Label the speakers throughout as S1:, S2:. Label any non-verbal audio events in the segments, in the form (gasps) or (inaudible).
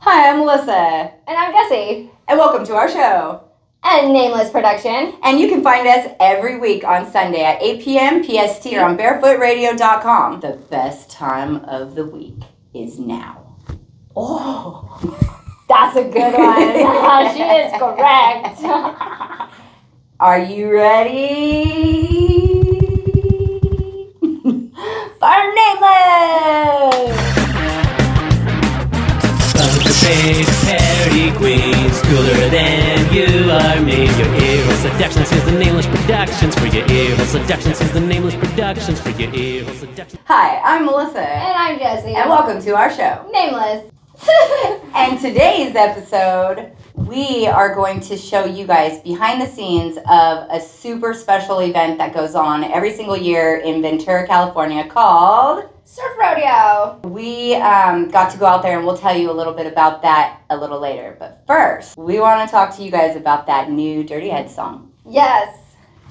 S1: Hi, I'm Melissa,
S2: And I'm Jesse,
S1: and welcome to our show.
S2: and Nameless Production.
S1: And you can find us every week on Sunday at 8 p.m. PST or on barefootradio.com. The best time of the week is now. (gasps) Oh,
S2: That's a good
S3: (laughs)
S1: (laughs)
S2: one. she is correct.
S1: are you ready? Our nameless!
S4: Unprepared parody queens, cooler than you are me. Your evil seductions, here's the nameless productions for your evil seductions, here's the nameless productions for your evil seductions.
S1: Hi, I'm Melissa,
S2: and I'm Jesse.
S1: and welcome to our show.
S2: Nameless.
S1: (laughs) And today's episode, we are going to show you guys behind the scenes of a super special event that goes on every single year in Ventura, California called.
S2: Surf Rodeo.
S1: We um, got to go out there and we'll tell you a little bit about that a little later. But first, we want to talk to you guys about that new Dirty Head song
S2: Yes.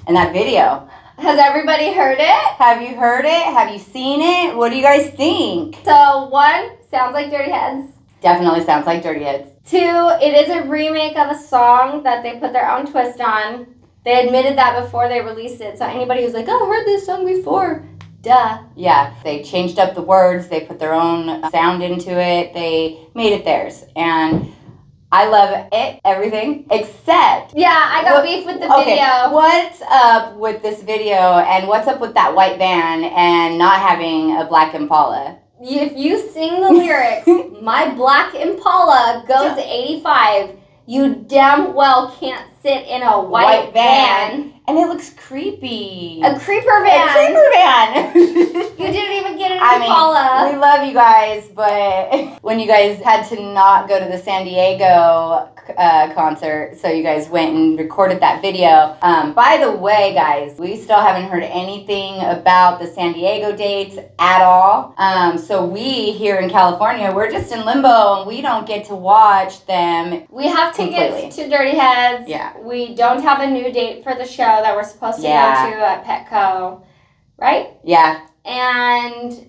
S1: and that video.
S2: Has everybody heard it?
S1: Have you heard it? Have you seen it? What do you guys think?
S2: So, one, sounds like Dirty Heads.
S1: Definitely sounds like Dirty Heads.
S2: Two, it is a remake of a song that they put their own twist on. They admitted that before they released it. So, anybody who's like, oh, I heard this song before, duh.
S1: Yeah, they changed up the words, they put their own uh, sound into it, they made it theirs. And I love it, everything, except.
S2: Yeah, I got
S1: What-
S2: beef with the
S1: Okay,
S2: video.
S1: what's up with this video and what's up with that white van and not having a black Impala?
S2: If you sing the
S1: (laughs)
S2: lyrics, my black Impala goes 85, you damn well can't sit in a white,
S1: White van.
S2: van.
S1: And it looks creepy.
S2: a creeper
S1: A
S2: van.
S1: creeper van.
S2: You didn't even get an
S1: I mean,
S2: Impala.
S1: We love you guys, but (laughs) when you guys had to not go to the San Diego uh, concert, so you guys went and recorded that video. Um, by the way, guys, we still haven't heard anything about the San Diego dates at all. Um, so we here in California, we're just in limbo and we don't get to watch them.
S2: we have tickets
S1: Completely.
S2: to Dirty Heads.
S1: Yeah.
S2: We don't have a new date for the show that we're supposed to
S1: Yeah.
S2: go to at Petco, right?
S1: Yeah,
S2: And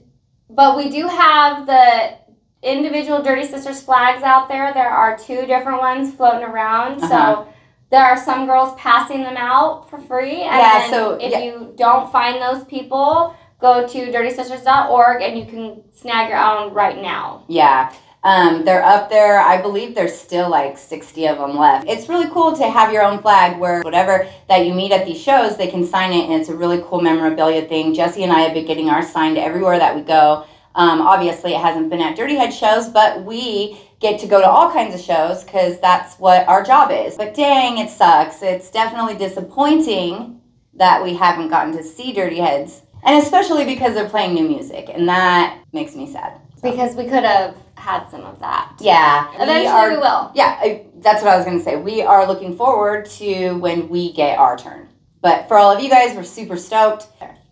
S2: but we do have the individual Dirty Sisters flags out there. There are two different ones floating around.
S1: Uh-huh.
S2: So there are some girls passing them out for free. And
S1: Yeah,
S2: then
S1: so-
S2: if
S1: yeah.
S2: you don't find those people, go to dirtysisters.org and you can snag your own right now.
S1: yeah. Um, they're up there. I believe there's still like 60 of them left. It's really cool to have your own flag where whatever that you meet at these shows, they can sign it, and it's a really cool memorabilia thing. Jesse and I have been getting ours signed everywhere that we go. Um, obviously, it hasn't been at Dirty Head shows, but we get to go to all kinds of shows because that's what our job is. But dang, it sucks. It's definitely disappointing that we haven't gotten to see Dirty Heads, and especially because they're playing new music, and that makes me sad.
S2: Because we could have had some of that.
S1: Yeah,
S2: Eventually
S1: we are.
S2: we will.
S1: Yeah, I, that's what I was going to say. We are looking forward to when we get our turn. But for all of you guys, we're super stoked.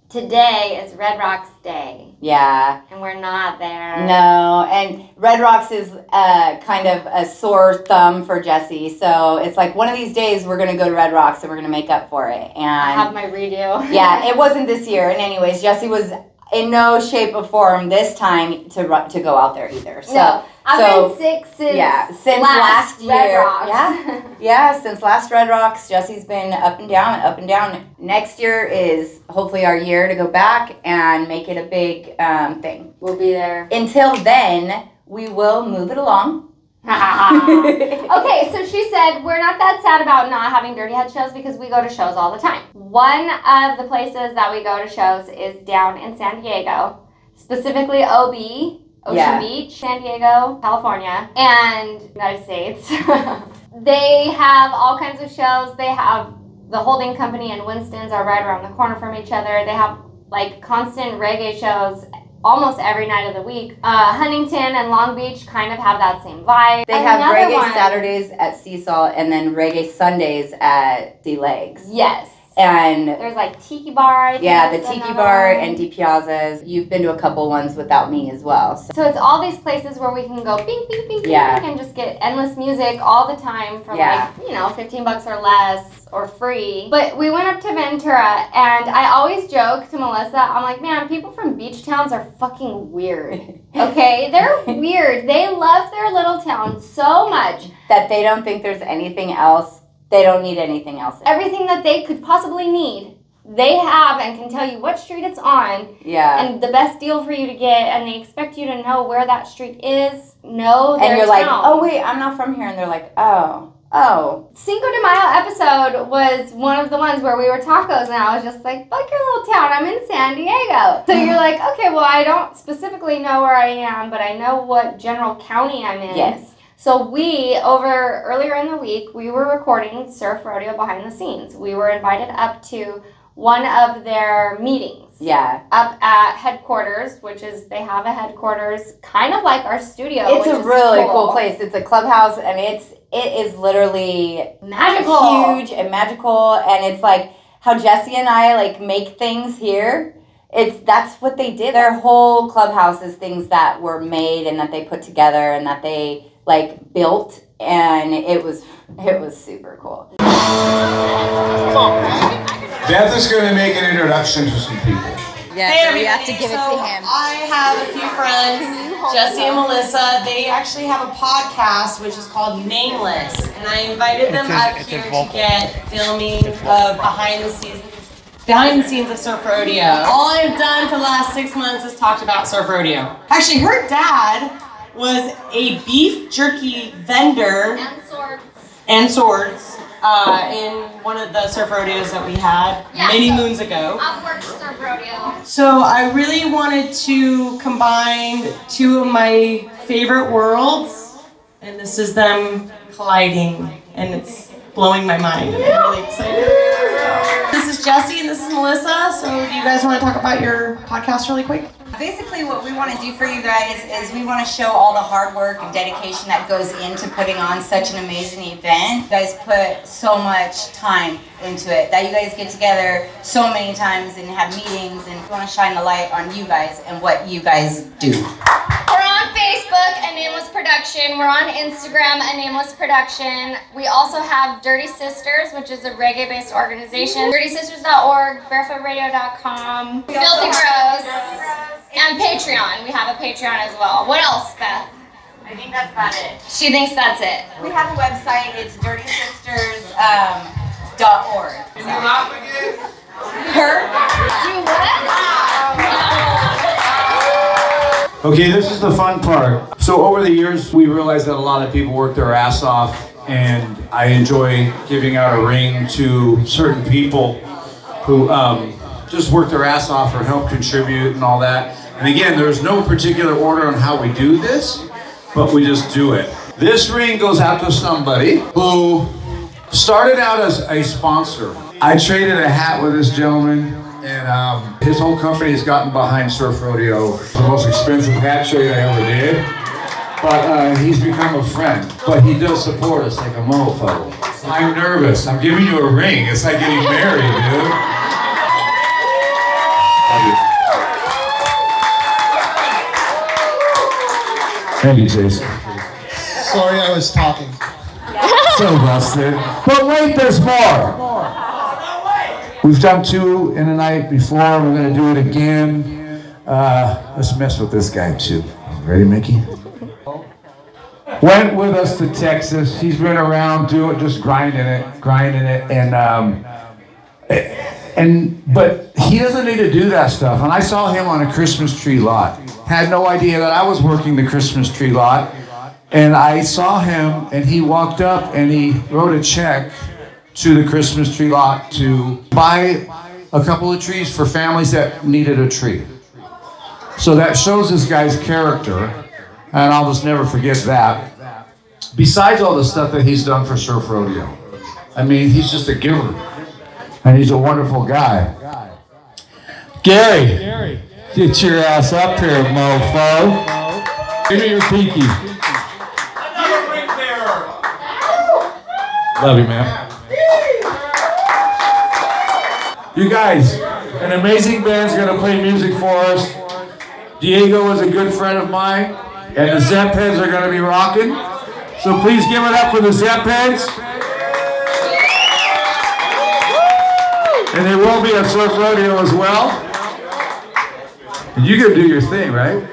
S2: Today is Red Rocks Day.
S1: Yeah,
S2: And we're not there.
S1: no, and Red Rocks is uh, kind of a sore thumb for Jesse. So it's like one of these days we're going to go to Red Rocks and we're going to make up for it.
S2: I have
S1: And
S2: my redo. (laughs)
S1: yeah, it wasn't this year. And anyways, Jesse was in no shape or form this time to ru- to go out there either. So
S2: no, I've
S1: so-
S2: been sick since
S1: yeah, since
S2: last,
S1: last year.
S2: Red Rocks.
S1: Yeah. (laughs) Yeah, since last Red Rocks, Jesse's been up and down, up and down. Next year is hopefully our year to go back and make it a big um, thing.
S2: we'll be there.
S1: Until then, we will move it along.
S2: (laughs) okay, so she said we're not that sad about not having Dirty Head shows because we go to shows all the time. One of the places that we go to shows is down in San Diego, specifically OB. Ocean
S1: Yeah.
S2: Beach, San Diego, California, and United States. (laughs) they have all kinds of shows. They have the holding company and Winston's are right around the corner from each other. They have like constant reggae shows almost every night of the week. Uh, Huntington and Long Beach kind of have that same vibe.
S1: They have
S2: Another
S1: Reggae
S2: one-
S1: Saturdays at Seesaw and then Reggae Sundays at Sea Legs.
S2: Yes.
S1: And
S2: There's like Tiki Bar. I think
S1: yeah, the
S2: that's
S1: Tiki
S2: another
S1: Bar
S2: one.
S1: and D Piazza's. You've been to a couple ones without me as well. So
S2: So it's all these places where we can go bing, bing, bing, bing,
S1: Yeah.
S2: bing, and just get endless music all the time for
S1: Yeah.
S2: like, you know, 15 bucks or less or free. But we went up to Ventura and I always joke to Melissa, I'm like, man, people from beach towns are fucking weird.
S1: (laughs)
S2: Okay? They're weird. They love their little town so much.
S1: that they don't think there's anything else. They don't need anything else.
S2: Everything that they could possibly need, they have and can tell you what street it's on.
S1: Yeah.
S2: and the best deal for you to get, and they expect you to know where that street is. No,
S1: And, you're like, oh wait, I'm not from here, and they're like, oh, oh,
S2: Cinco de Mayo episode was one of the ones where we were tacos, and I was just like, fuck your little town, I'm in San Diego.
S1: (laughs)
S2: So you're like, okay, well, I don't specifically know where I am, but I know what general county I'm in.
S1: yes,
S2: So we over earlier in the week we were recording Surf Rodeo behind the scenes. We were invited up to one of their meetings.
S1: yeah.
S2: up at headquarters, which is they have a headquarters kind of like our studio.
S1: it's
S2: which
S1: a
S2: is
S1: really cool. place. It's a clubhouse, and it's it is literally
S2: Magical.
S1: huge and magical, and it's like how Jesse and I like make things here. It's that's what they did. Their whole clubhouse is things that were made and that they put together and that they like built, and it was it was super cool.
S5: Beth is going to make an introduction to some people.
S3: Hey, everybody. so I have a few
S2: (laughs)
S3: friends, Jesse and Melissa. They actually have a podcast which is called Nameless, and I invited them
S6: It's a-
S3: up
S6: it's a
S3: here to
S6: vocal.
S3: get filming of behind the scenes. Behind the scenes of Surf Rodeo. All I've done for the last six months is talked about Surf Rodeo. Actually, her dad was a beef jerky vendor
S2: And swords.
S3: and swords uh, in one of the surf rodeos that we had
S2: Yeah,
S3: many
S2: so-
S3: moons ago.
S2: I've worked surf rodeo.
S3: So I really wanted to combine two of my favorite worlds, and this is them colliding, and it's blowing my mind. and I'm really excited. So, This is Jesse and this is Melissa. So do you guys want to talk about your podcast really quick?
S7: Basically, what we want to do for you guys is we want to show all the hard work and dedication that goes into putting on such an amazing event. You guys put so much time into it that you guys get together so many times and have meetings, and we want to shine the light on you guys and what you guys do.
S2: We're on Facebook, A Nameless Production. We're on Instagram, A Nameless Production. We also have Dirty Sisters, which is a reggae based organization. DirtySisters.org, barefootradio.com, Filthy Bros, and Patreon. We have a Patreon as well. What else, Beth?
S7: I think that's about it.
S2: She thinks that's it.
S7: We have a website. It's um, dirtysisters.org. Her?
S2: Do what?
S5: Okay, this is the fun part. So over the years, we realized that a lot of people work their ass off, and I enjoy giving out a ring to certain people who um, just work their ass off or help contribute and all that. And again, there's no particular order on how we do this, but we just do it. This ring goes out to somebody who started out as a sponsor. I traded a hat with this gentleman, and um, his whole company has gotten behind Surf Rodeo. It's The most expensive hat trade I ever did. But uh, he's become a friend. But he does support us like a mofo. I'm nervous. I'm giving you a ring. It's like getting married, dude. Thank you, Jason.
S8: Sorry, I was talking.
S5: So busted. But wait, there's more. We've done two in a night before. We're gonna do it again. Uh, let's mess with this guy too. Ready, Mickey? Went with us to Texas. He's been around doing just grinding it, grinding it, and um, and but he doesn't need to do that stuff. And I saw him on a Christmas tree lot. Had no idea that I was working the Christmas tree lot. And I saw him, and he walked up and he wrote a check to the Christmas tree lot to buy a couple of trees for families that needed a tree. So that shows this guy's character, and I'll just never forget that. Besides all the stuff that he's done for Surf Rodeo, I mean, he's just a giver and he's a wonderful guy. Gary, get your ass up here, mofo. Give me your pinky. Love you, man. You guys, an amazing band's gonna play music for us. Diego was a good friend of mine, and the Zep Heads are gonna be rocking. So please give it up for the Zep Heads. And there will be a surf rodeo as well. And you can do your thing, right?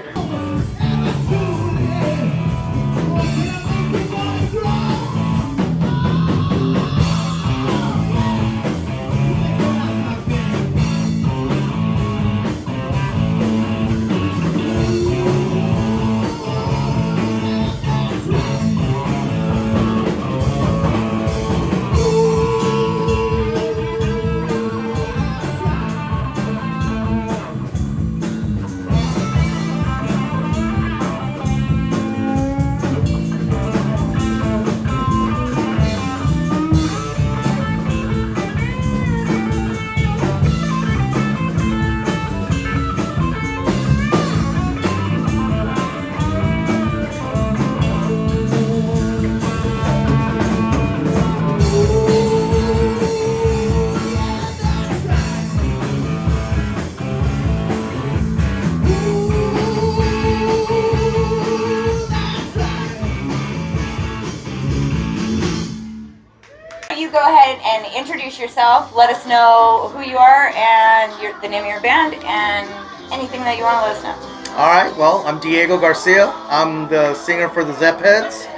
S1: You go ahead and introduce yourself. Let us know who you are and your, the name of your band and anything that you want to let us know.
S9: All right, well, I'm Diego Garcia. I'm the singer for the Zep Heads.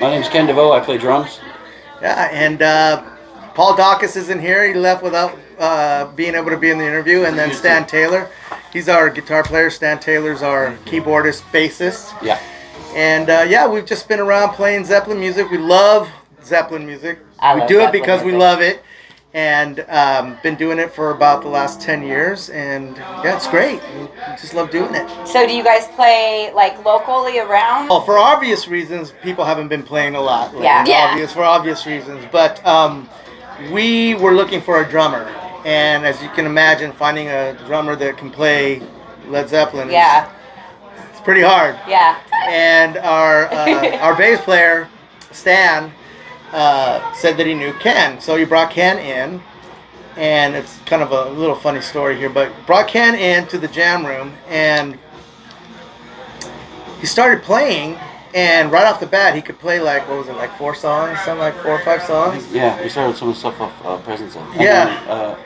S10: My name's Ken DeVoe. I play drums.
S9: Yeah, and uh, Paul Dawkins isn't here. He left without uh, being able to be in the interview. And then Stan Taylor, he's our guitar player. Stan Taylor's our keyboardist, bassist.
S10: Yeah.
S9: And uh, yeah, we've just been around playing Zeppelin music. We love Zeppelin music.
S11: I
S9: we
S11: love
S9: do
S11: Zeppelin
S9: it because we
S11: music.
S9: love it, and um, been doing it for about the last ten years. And yeah, it's great. We just love doing it.
S1: So, do you guys play like locally around?
S9: Well, Oh, for obvious reasons, people haven't been playing a lot. Like,
S1: Yeah.
S9: it's
S2: Yeah.
S9: Obvious for obvious reasons, but um, we were looking for a drummer, and as you can imagine, finding a drummer that can play Led Zeppelin is-
S1: Yeah,
S9: it's pretty hard.
S1: yeah.
S9: And our
S1: (laughs)
S9: uh, our bass player, Stan, uh, said that he knew Ken, so he brought Ken in. And it's kind of a little funny story here, but brought Ken in to the jam room and he started playing and right off the bat he could play like what was it like four songs something like four or five songs
S10: Yeah, we started some of the stuff off uh, Presence of. and
S9: Yeah.
S10: then, uh,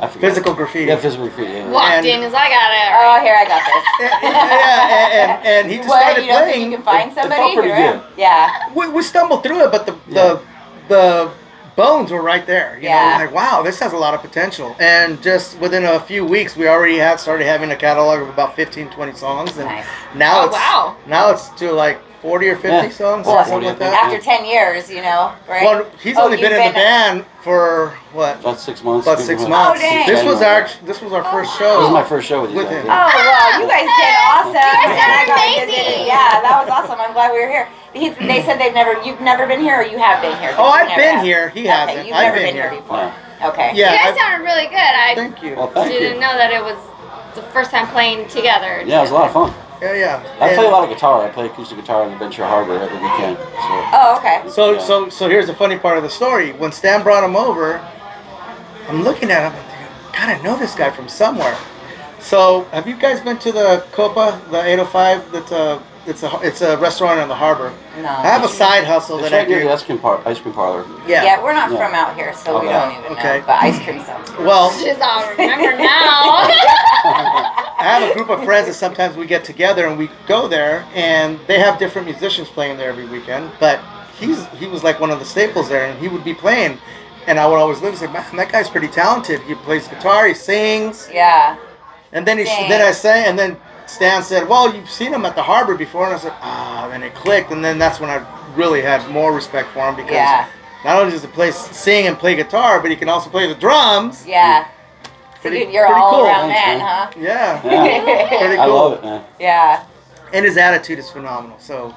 S10: I forget.
S9: physical graffiti
S10: Yeah, physical graffiti. Yeah.
S2: Walked
S9: And-
S2: in because I got it.
S1: Oh, here I got this.
S9: (laughs) yeah, yeah, and, and, and he just
S1: What?
S9: started
S1: You don't
S9: playing
S1: think you can find
S10: felt
S1: somebody?
S10: pretty
S1: You're
S10: good.
S1: up. Yeah.
S9: we, we stumbled through it, but the
S10: Yeah.
S9: the the bones were right there. You
S1: Yeah.
S9: know, like wow, this has a lot of potential. And just within a few weeks, we already had started having a catalog of about 15, 20 songs, and
S1: Nice.
S9: now
S2: Oh,
S9: it's
S2: wow.
S9: now it's to like forty or fifty
S10: Yeah.
S9: songs,
S10: Well,
S9: or something
S10: 40, I
S9: like
S10: think.
S9: that.
S1: After 10 years, you know, right?
S9: Well, he's
S1: Oh,
S9: only been,
S1: you've
S9: in the band for what
S10: About six months.
S9: about
S10: give
S9: six
S10: or a-
S9: months.
S1: Oh, dang.
S9: This was
S10: January.
S9: our this was our first
S10: This
S9: show.
S10: is my first show with you
S9: With
S10: guys.
S9: him.
S10: yeah.
S1: Oh well, you guys did awesome.
S2: You guys
S1: And I
S2: did
S1: got to visit.
S2: amazing.
S1: Yeah, that was awesome. I'm glad we were here. He, they said they've never, you've never been here, or you have been here.
S9: Oh,
S1: You
S9: I've
S1: never
S9: been
S1: have.
S9: here. He
S1: Okay,
S9: hasn't.
S1: you've
S9: I've
S1: never
S9: been,
S1: been
S9: here.
S1: here before. Okay.
S9: Yeah.
S2: you guys
S9: I've-
S2: sounded really good. I
S9: thank you.
S10: Well, thank
S2: didn't
S10: you.
S2: know that it was the first time playing together.
S10: Yeah, it was a lot of fun.
S9: yeah, yeah.
S10: I
S9: And-
S10: play a lot of guitar. I play acoustic guitar in the Ventura Harbor every weekend. So.
S1: Oh, okay.
S9: So
S10: Yeah.
S9: so so here's the funny part of the story. When Stan brought him over, I'm looking at him and thinking, God, I know this guy from somewhere. So have you guys been to the Copa, the 805? That's a it's a it's a restaurant on the harbor.
S1: No.
S9: I have a side hustle
S10: It's
S9: that I
S10: right near the
S9: do.
S10: ice cream, par- ice cream parlor.
S9: Yeah.
S1: Yeah, we're not
S10: Yeah.
S1: from out here, so we
S10: Okay.
S1: don't even
S9: Okay.
S1: know. But ice cream sounds
S2: (laughs)
S1: good.
S9: Well,
S2: She's all
S9: (laughs)
S2: remember now.
S9: I have a group of friends that sometimes we get together and we go there, and they have different musicians playing there every weekend. But he's he was like one of the staples there, and he would be playing, and I would always look and say, "Man, that guy's pretty talented. He plays guitar, he sings."
S1: Yeah.
S9: And then he,
S1: Dang.
S9: then I say, and then Stan said, "Well, you've seen him at the harbor before," and I said, "Ah." And then it clicked, and then that's when I really had more respect for him because
S1: Yeah.
S9: not only does he play sing and play guitar, but he can also play the drums.
S1: Yeah. So
S9: Pretty-
S1: dude, you're
S9: pretty
S1: all
S9: cool.
S1: around
S10: Thanks,
S1: that,
S9: Yeah,
S10: Yeah.
S9: (laughs) pretty cool.
S10: I love it, man.
S1: huh? Yeah.
S9: And his attitude is phenomenal. So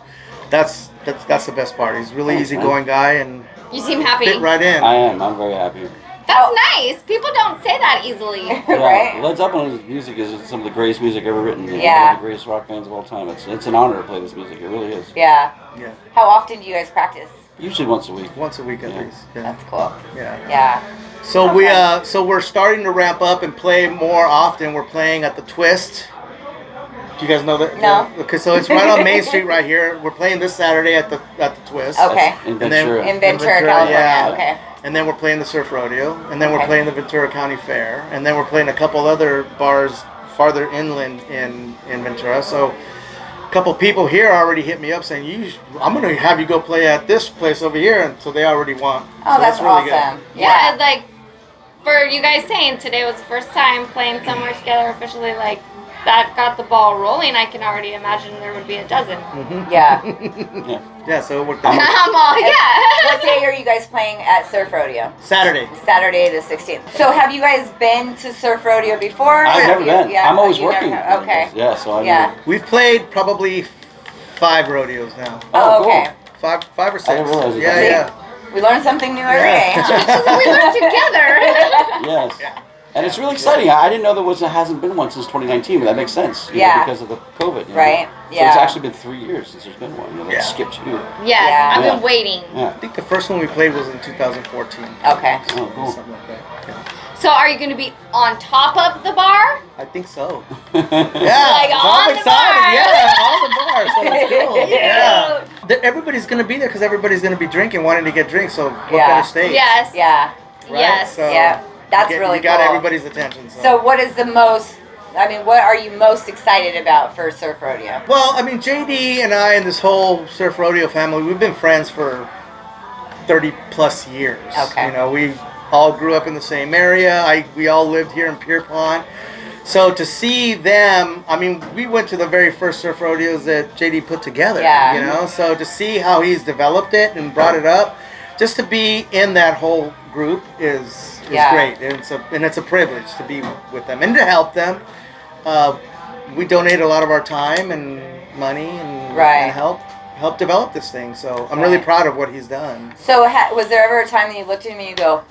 S9: that's that's that's the best part. He's a really
S10: Thanks,
S9: easygoing guy and
S2: you seem happy.
S9: fit right in.
S10: I am. I'm
S1: (laughs)
S10: very happy.
S2: That's nice. People don't say that
S10: (laughs)
S2: easily.
S10: Yeah,
S1: Right?
S10: Led Zeppelin's music is some of the greatest music ever written. you know,
S1: Yeah.
S10: One of the greatest rock bands of all time. It's it's an honor to play this music. It really is.
S1: Yeah.
S9: yeah,
S2: (laughs)
S1: How often do you guys practice?
S10: Usually once a week.
S9: once a week at
S10: Yeah.
S9: least. Yeah,
S1: That's cool.
S9: yeah.
S1: Yeah.
S9: So we uh, so we're starting to ramp up and play more often. We're playing at the Twist. Do you guys know that?
S1: No.
S9: Okay, so it's right on Main Street right here. We're playing this Saturday at the at the Twist.
S1: Okay.
S10: In
S9: And then-
S10: Ventura.
S1: In Ventura,
S9: Ventura,
S1: California.
S9: yeah.
S1: Okay.
S9: And then we're playing the Surf Rodeo, and then we're
S1: Okay.
S9: playing the Ventura County Fair, and then we're playing a couple other bars farther inland in in Ventura. So a couple people here already hit me up saying, "You, sh- I'm gonna have you go play at this place over here," and so they already want.
S1: Oh,
S9: so
S1: that's,
S9: really
S1: awesome.
S9: Good.
S2: Yeah, like for you guys saying today was the first time playing somewhere together officially, like that got the ball rolling. I can already imagine there would be a dozen.
S1: Yeah.
S9: Mm-hmm. (laughs) Yeah, so it worked
S1: (laughs)
S9: out.
S2: I'm all yeah.
S1: what day are you guys playing at Surf Rodeo?
S9: Saturday.
S1: Saturday the 16th. So have you guys been to Surf Rodeo before?
S10: I've
S1: Have
S10: never
S1: you-
S10: been. I'm always
S1: you never
S10: working.
S1: have. Okay.
S10: Yeah, so I
S1: Yeah.
S10: mean,
S9: We've played probably five rodeos now.
S10: Oh,
S1: Oh,
S10: cool.
S1: okay.
S9: Five, five or six.
S10: didn't realize it.
S9: yeah,
S10: See?
S9: yeah.
S1: We learn something new every day.
S10: (laughs)
S9: Yeah.
S1: huh?
S2: we were together.
S10: Yes. And it's really exciting. I didn't know there was hasn't been one since 2019, but that makes sense. you know,
S1: Yeah.
S10: because of the COVID. you know?
S1: Right,
S10: So
S1: yeah.
S10: it's actually been three years since there's been one. You know, like
S9: Yeah.
S10: skipped two.
S2: yes,
S1: Yeah.
S2: I've
S10: Yeah.
S2: been waiting.
S10: Yeah.
S9: I think the first one we played was in 2014.
S1: Okay.
S10: Oh, cool.
S9: Something like that. Yeah.
S2: So are you gonna be on top of the bar?
S9: I think
S1: (laughs)
S9: so.
S10: yeah.
S9: Yeah,
S2: Like,
S9: so
S2: on
S9: I'm
S2: the
S9: excited.
S2: bar.
S9: Yeah, on the bar. So
S2: (laughs)
S9: it's cool.
S1: (laughs)
S9: Yeah. The- everybody's gonna be there because everybody's gonna be drinking, wanting to get drinks. So what
S1: Yeah.
S9: better stage?
S2: Yes.
S1: Yeah.
S9: Right?
S2: Yes.
S9: So
S1: yeah. That's
S9: you get-
S1: really
S9: You got
S1: cool.
S9: everybody's attention. So.
S1: So what is the most I mean, what are you most excited about for Surf Rodeo?
S9: Well, I mean, JD and I and this whole surf rodeo family, we've been friends for 30 plus years.
S1: Okay.
S9: You know, we all grew up in the same area. I we all lived here in Pierpont. So to see them, I mean, we went to the very first surf rodeos that JD put together.
S1: Yeah.
S9: You know, so to see how he's developed it and brought it up, just to be in that whole group is is
S1: Yeah.
S9: great, and it's a and it's a privilege to be with them and to help them. Uh, we donate a lot of our time and money and,
S1: Right.
S9: and help help develop this thing. So I'm really
S1: Right.
S9: proud of what he's done.
S1: So ha- was there ever a time that you looked at him and you go,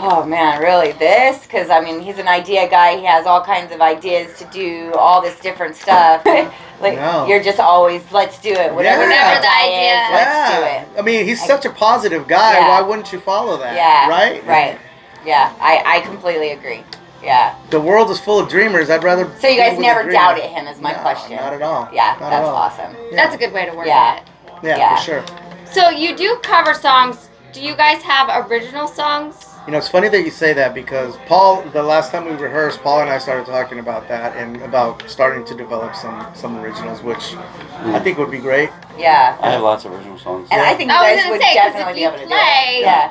S1: "Oh man, really this?" Cuz I mean, he's an idea guy. He has all kinds of ideas to do all this different stuff. (laughs) like
S9: No.
S1: you're just always, "Let's do it."
S9: Yeah.
S1: Whatever, that
S9: Whatever the
S1: idea is,
S2: idea
S1: let's do it.
S9: I mean, he's such a positive guy.
S1: Yeah.
S9: Why wouldn't you follow that?
S1: Yeah.
S9: Right.
S1: Right. Yeah. I, I completely agree. Yeah.
S9: The world is full of dreamers. I'd rather.
S1: So you
S9: be
S1: guys
S9: with a
S1: never
S9: dreamer.
S1: doubted him is my
S9: No,
S1: question.
S9: Not at all.
S1: Yeah,
S9: Not at
S1: that's
S9: all.
S1: awesome.
S2: That's a good way to work
S1: Yeah.
S2: it.
S9: Yeah,
S1: yeah.
S9: for sure.
S2: So you do cover songs. Do you guys have original songs?
S9: You know, it's funny that you say that because Paul, the last time we rehearsed, Paul and I started talking about that and about starting to develop some some originals, which I think would be great.
S1: Yeah.
S10: Hmm. I have lots of original songs.
S1: And I think you
S2: I was
S1: guys
S2: gonna
S1: would
S2: say, 'cause if
S1: definitely be
S2: you
S1: able to do
S2: play-
S1: it. Yeah.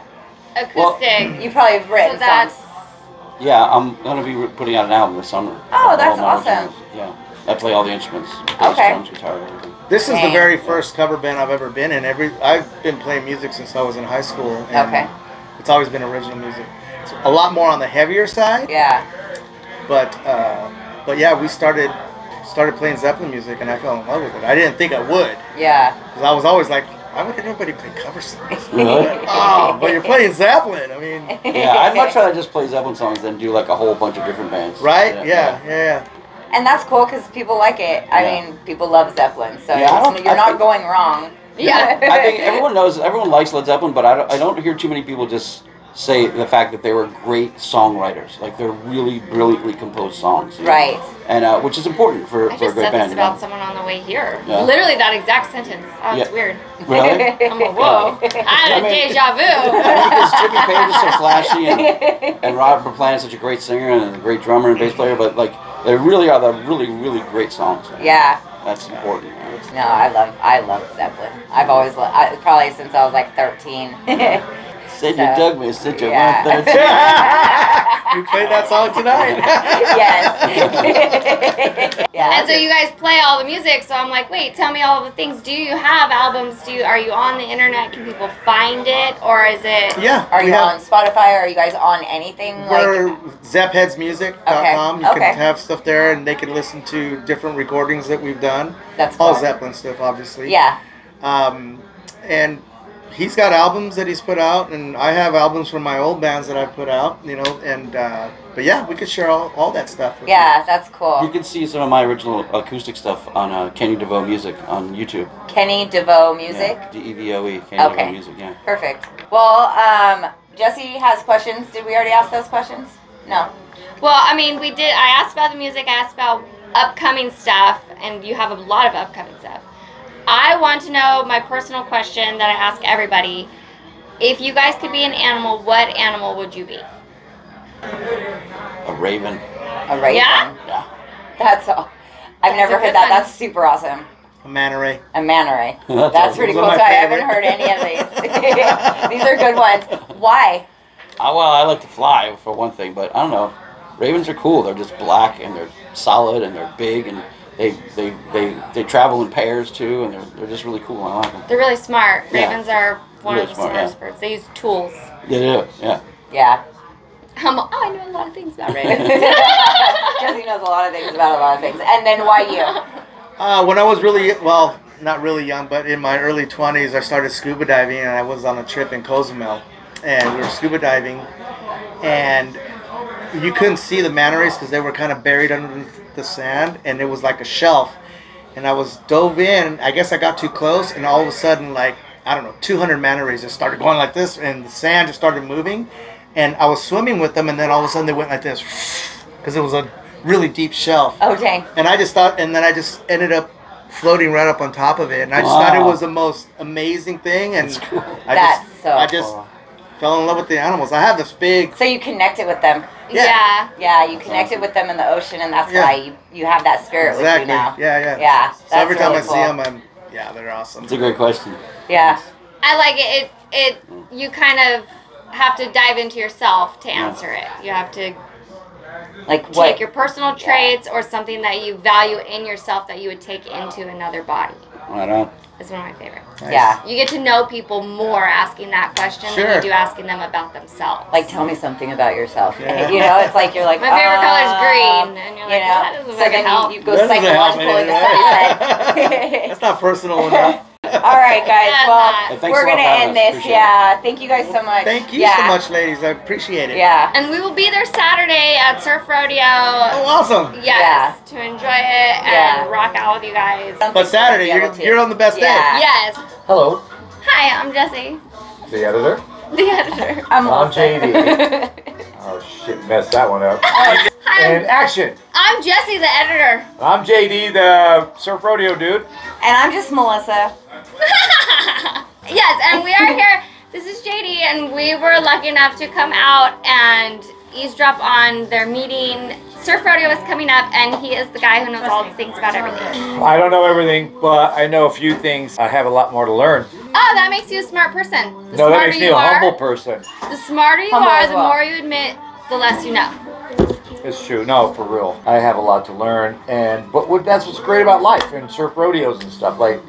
S2: Acoustic.
S10: Well,
S1: You probably have written
S2: so that's
S1: songs.
S10: Yeah, I'm gonna be re- putting out an album this summer.
S1: Oh,
S10: All
S1: that's
S10: my
S1: awesome.
S10: originals. Yeah, I play all the instruments: bass,
S1: Okay.
S10: drums, guitar, everything.
S9: This is the
S1: Dang.
S9: very first cover band I've ever been in. Every I've been playing music since I was in high school. And
S1: Okay.
S9: It's always been original music. It's a lot more on the heavier side,
S1: Yeah.
S9: but uh, but yeah, we started started playing Zeppelin music, and I fell in love with it. I didn't think I would,
S1: Yeah.
S9: because I was always like, why would everybody play cover songs? (laughs)
S10: Really?
S9: oh, but you're playing Zeppelin. I
S1: (laughs)
S9: mean,
S10: yeah, I'd much rather just play Zeppelin songs than do like a whole bunch of different bands.
S9: right? Yeah, yeah, yeah.
S1: And that's cool because people like it. I
S10: Yeah.
S1: mean, people love Zeppelin, so
S10: Yeah, I
S1: it's-
S10: don't-
S1: you're
S10: I
S1: not
S10: think-
S1: going wrong.
S2: Yeah.
S10: I
S1: (laughs)
S10: think everyone knows, everyone likes Led Zeppelin, but I don't, I don't hear too many people just say the fact that they were great songwriters. Like they're really brilliantly composed songs. you know?
S1: Right.
S10: And uh, which is important for,
S2: I
S10: for a
S2: just
S10: great
S2: said
S10: band.
S2: this
S10: you
S2: about
S10: know?
S2: someone on the way here.
S10: Yeah.
S2: Literally that exact sentence. Oh, it's
S10: Yeah.
S2: weird.
S10: Really? I
S2: (laughs) I'm like, whoa. I had a
S10: I mean-
S2: deja vu.
S10: (laughs) because Jimmy Page is so flashy
S1: (laughs)
S10: and, and Robert Plant is such a great singer and a great drummer and bass player, but like they really are the really, really great songs. man.
S1: Yeah.
S10: That's important. man. It's-
S1: No, I love I love Zeppelin. I've always lo- I, probably since I was like
S10: (laughs)
S1: 13.
S10: Said
S1: So-
S10: you dug me, said you
S1: Yeah. (laughs)
S10: wanted to-
S9: You played that song tonight. (laughs)
S1: yes. (laughs) yeah.
S2: (laughs) And so you guys play all the music, so I'm like, wait, tell me all the things. Do you have albums? Do you are you on the internet? Can people find it? Or is it
S9: yeah.
S1: Are
S9: we
S1: you
S9: have-
S1: on Spotify? Are you guys on anything?
S9: We're
S1: Like,
S9: zepheadsmusic.com.
S1: Okay,
S9: You
S1: okay.
S9: can have stuff there and they can listen to different recordings that we've done.
S1: that's
S9: All
S1: cool.
S9: Zeppelin stuff, obviously.
S1: Yeah.
S9: Um, and he's got albums that he's put out, and I have albums from my old bands that I put out, you know. And uh, but yeah, we could share all, all that stuff. with
S1: Yeah, that's
S10: (laughs) You
S1: cool.
S10: can see some of my original acoustic stuff on uh, Kenny DeVoe Music on YouTube.
S1: Kenny DeVoe music.
S10: D E V O E. Kenny
S1: Okay.
S10: DeVoe Music. Yeah.
S1: Perfect. Well, um, Jesse has questions. Did we already ask those questions? No.
S2: Well, I mean, we did. I asked about the music. I asked about upcoming stuff, and you have a lot of upcoming stuff. I want to know my personal question that I ask everybody: If you guys could be an animal, what animal would you be?
S10: A Raven.
S1: A raven.
S2: Yeah?
S10: Yeah.
S1: That's all. I've never
S2: a
S1: heard
S2: good one.
S1: that. That's super awesome.
S9: A manta ray.
S1: A
S9: (laughs)
S1: manta ray.
S10: That's
S1: That's,
S10: awesome.
S1: pretty
S9: Those
S1: cool.
S9: are
S1: So
S9: my
S1: I haven't
S9: favorite.
S1: heard any
S9: (laughs)
S1: of these. (laughs) these are good ones. Why?
S10: I, Ah, well, I like to fly for one thing, but I don't know. Ravens are cool. They're just black and they're solid and they're big and they they they, they travel in pairs too and they're, they're just really cool. I like them.
S2: They're really smart.
S10: Yeah.
S2: Ravens are one
S10: Really
S2: of the
S10: smart,
S2: smartest
S10: yeah.
S2: birds. They use tools.
S10: Yeah, yeah, yeah.
S1: Yeah.
S2: Um, oh, I know a lot of things about ravens.
S1: (laughs) Jesse knows a lot of things about a lot of things. And then why you?
S9: Uh, when I was really well, not really young, but in my early twenties, I started scuba diving, and I was on a trip in Cozumel, and we were scuba diving, and you couldn't see the manta rays because they were kind of buried underneath the sand, and it was like a shelf, and I was dove in. I guess I got too close, and all of a sudden, like I don't know, 200 manta rays just started going like this, and the sand just started moving, and I was swimming with them, and then all of a sudden they went like this, because it was a really deep shelf.
S1: Oh, dang.
S9: And I just thought, and then I just ended up floating right up on top of it, and I just
S10: Wow.
S9: thought it was the most amazing thing, and I
S1: That's
S9: just,
S1: so
S9: I just
S10: cool.
S9: fell in love with the animals. I have this big,
S1: So you connected with them.
S9: Yeah.
S2: yeah.
S1: Yeah, you connected with them in the ocean, and that's
S9: Yeah.
S1: why you, you have that spirit
S9: exactly,
S1: with you now.
S9: yeah, yeah,
S1: Yeah,
S9: So
S1: that's
S9: every time
S1: really
S9: I
S1: cool.
S9: see them, I'm, yeah, they're awesome.
S10: It's a great question.
S1: Yeah.
S2: I like it. It it
S10: Mm.
S2: you kind of have to dive into yourself to answer it. You have to
S1: Like what?
S2: take your personal traits or something that you value in yourself that you would take into another body.
S10: Right on.
S2: Is one of my favorites.
S1: yeah.
S2: You get to know people more asking that question than
S9: Sure.
S2: you do asking them about themselves.
S1: Like tell me something about yourself.
S9: Yeah.
S1: (laughs) You know, it's like you're like
S2: my favorite color is
S1: um,
S2: green, and
S1: You
S2: you're like,
S1: know,
S2: well, that doesn't
S1: so
S2: fucking
S1: then
S2: help.
S1: you, you go
S9: That doesn't help
S1: psychological in
S9: anyway. (laughs)
S1: the
S9: That's
S1: sunset.
S9: not personal enough.
S1: (laughs) All right, guys.
S2: That's
S1: Well,
S2: not-
S10: Hey, thanks
S1: we're
S10: a lot
S1: gonna
S10: for
S1: end
S10: having us.
S1: this.
S10: Appreciate it.
S1: yeah. uh, Thank you guys so much.
S9: Thank you
S1: yeah.
S9: so much, ladies. I appreciate it.
S1: Yeah.
S2: and we will be there Saturday at Surf Rodeo.
S9: Oh, awesome.
S2: yes,
S1: Yeah.
S2: to enjoy it
S1: Yeah.
S2: and rock out with you guys.
S9: But Saturday, you're, you're on the best
S1: Yeah.
S9: day.
S2: Yes.
S5: Hello,
S2: Hi, I'm Jesse,
S5: the editor.
S2: the editor.
S5: I'm
S1: I'm all set.
S5: Oh shit, messed that one up.
S2: Hi,
S5: And
S2: I'm,
S5: action.
S2: I'm Jesse, the editor.
S5: I'm JD, the surf rodeo dude.
S1: and I'm just Melissa.
S2: (laughs) yes, and we are here. This is JD, and we were lucky enough to come out and eavesdrop on their meeting. Surf Rodeo is coming up, and he is the guy who knows all the things about everything.
S5: I don't know everything, but I know a few things. I have a lot more to learn.
S2: Oh, that makes you a smart person. The
S5: no,
S2: smarter
S5: that makes me
S2: you
S5: a
S2: are,
S5: humble person.
S2: the smarter you
S1: Humble
S2: are,
S1: as
S2: the
S1: well.
S2: more you admit, the less you know.
S5: It's true. No, for real. I have a lot to learn, and but what, that's what's great about life and surf rodeos and stuff. Like,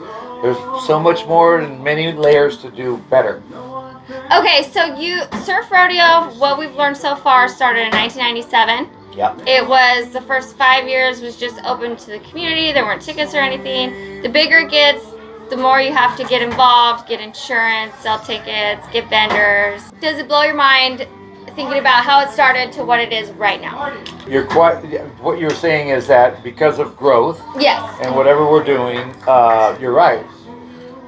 S5: there's so much more and many layers to do better.
S2: Okay, so you Surf Rodeo, what we've learned so far, started in 1997.
S5: Yeah.
S2: It was the first five years was just open to the community. There weren't tickets or anything. The bigger it gets, the more you have to get involved, get insurance, sell tickets, get vendors. Does it blow your mind thinking about how it started to what it is right now?
S5: You're quite. What you're saying is that because of growth,
S2: Yes.
S5: and whatever we're doing, uh, you're right.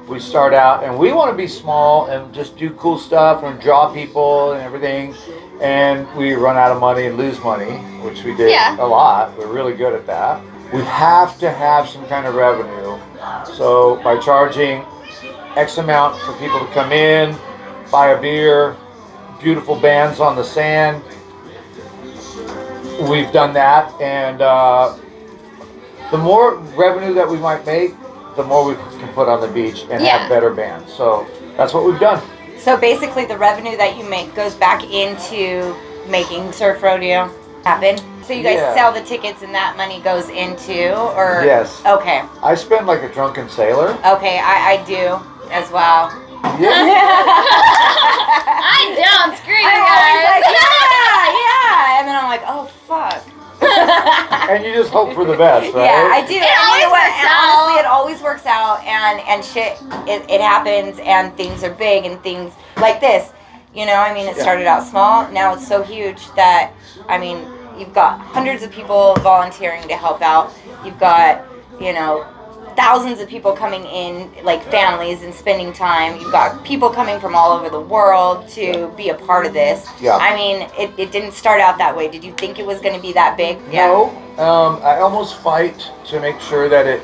S5: We start out and we want to be small and just do cool stuff and draw people and everything. And we run out of money and lose money, which we did
S2: Yeah.
S5: a lot. We're really good at that. We have to have some kind of revenue. So by charging X amount for people to come in, buy a beer, beautiful bands on the sand. We've done that, and uh, the more revenue that we might make, the more we can put on the beach and
S2: Yeah.
S5: have better bands. So that's what we've done.
S1: So basically, the revenue that you make goes back into making surf rodeo happen. So you guys
S5: Yeah.
S1: sell the tickets, and that money goes into, or
S5: Yes.
S1: Okay,
S5: I spend like a drunken sailor.
S1: okay, I, I do as well. (laughs)
S5: Yeah.
S2: I don't scream,
S1: I'm always
S2: guys.
S1: like, yeah, yeah, and then I'm like, oh fuck.
S5: and you just hope for the best, right?
S1: (laughs) Yeah, I do.
S2: It
S1: and you
S2: always
S1: know what?
S2: works
S1: And
S2: out.
S1: honestly, it always works out, and and shit, it, it happens, and things are big, and things like this. You know, I mean, it
S10: Yeah.
S1: started out small, now it's so huge that, I mean, you've got hundreds of people volunteering to help out. You've got, you know, thousands of people coming in, like families and spending time. You've got people coming from all over the world to be a part of this.
S5: Yeah.
S1: I mean, it, it didn't start out that way. Did you think it was going to be that big?
S5: No, um, I almost fight to make sure that it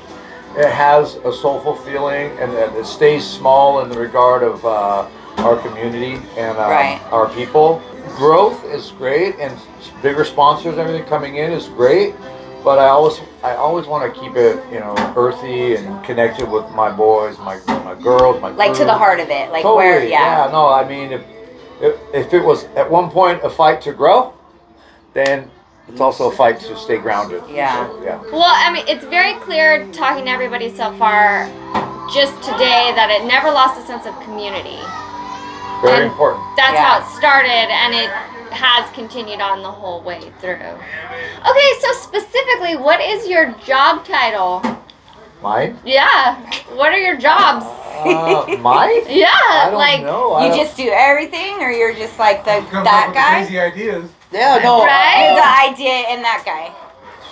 S5: it has a soulful feeling and that it stays small in the regard of uh, our community and um,
S1: Right.
S5: our people. Growth is great, and s- bigger sponsors, and everything coming in is great. But I always I always want to keep it you know earthy and connected with my boys, my my girls, my
S1: like to the
S5: crew.
S1: heart of it like
S5: Uh, Totally,
S1: where yeah,
S5: no i mean if, if if it was at one point a fight to grow then it's also a fight to stay grounded
S1: Yeah.
S5: So, yeah
S2: Well, I mean, it's very clear talking to everybody so far, just today, that it never lost a sense of community.
S5: very
S2: And-
S5: important
S2: That's
S1: Yeah.
S2: how it started, and it has continued on the whole way through. Okay, so specifically, what is your job title?
S5: mine
S2: Yeah, what are your jobs?
S5: uh,
S1: (laughs)
S5: mine i
S2: Yeah,
S5: don't
S2: like
S5: know I
S1: you
S5: don't-
S1: just do everything or you're just like the
S12: Come
S1: that
S12: up
S1: guy
S12: with crazy ideas.
S10: Yeah, no.
S2: Right?
S1: the
S10: uh,
S1: idea and that guy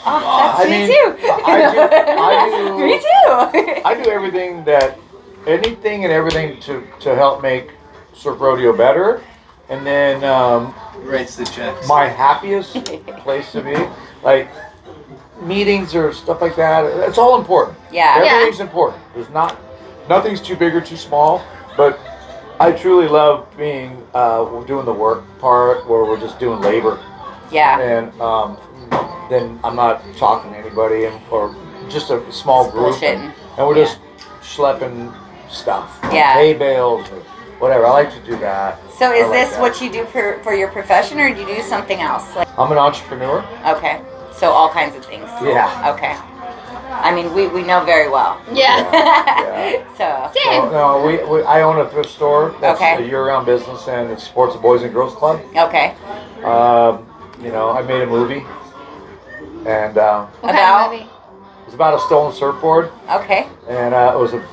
S1: oh that's
S5: Uh, I mean,
S1: me (laughs) too
S5: I do-
S1: (laughs)
S5: I do-
S1: me too
S5: i do everything that anything and everything to to help make surf rodeo better and then um,
S13: Writes the checks.
S5: my happiest place to be like meetings or stuff like that it's all important
S1: yeah
S2: Yeah.
S5: Everything's important. There's not, nothing's too big or too small. But I truly love being uh, doing the work part where we're just doing labor,
S1: yeah
S5: and um, then I'm not talking to anybody, and, or just a small
S1: Just
S5: group,
S14: (laughs)
S1: bullshitting.
S5: and, and we're
S1: Yeah.
S5: just schlepping stuff,
S1: Yeah.
S5: hay bales or whatever. I like to do that.
S1: so
S5: I
S1: is
S5: like
S1: this
S5: that.
S1: what you do for, for your profession or do you do something else like
S5: I'm an entrepreneur.
S1: okay so all kinds of things
S5: Yeah.
S1: okay i mean we, we know very well (laughs)
S2: yeah.
S5: Yeah.
S1: so
S2: Same.
S5: no, we, we I own a thrift store. That's
S1: Okay.
S5: a year-round business, and it supports the Boys and Girls Club.
S1: okay
S5: Um, you know, I made a movie, and um,
S2: What
S1: About-
S2: kind of movie?
S5: it was about a stolen surfboard,
S1: okay
S5: and uh, it was a,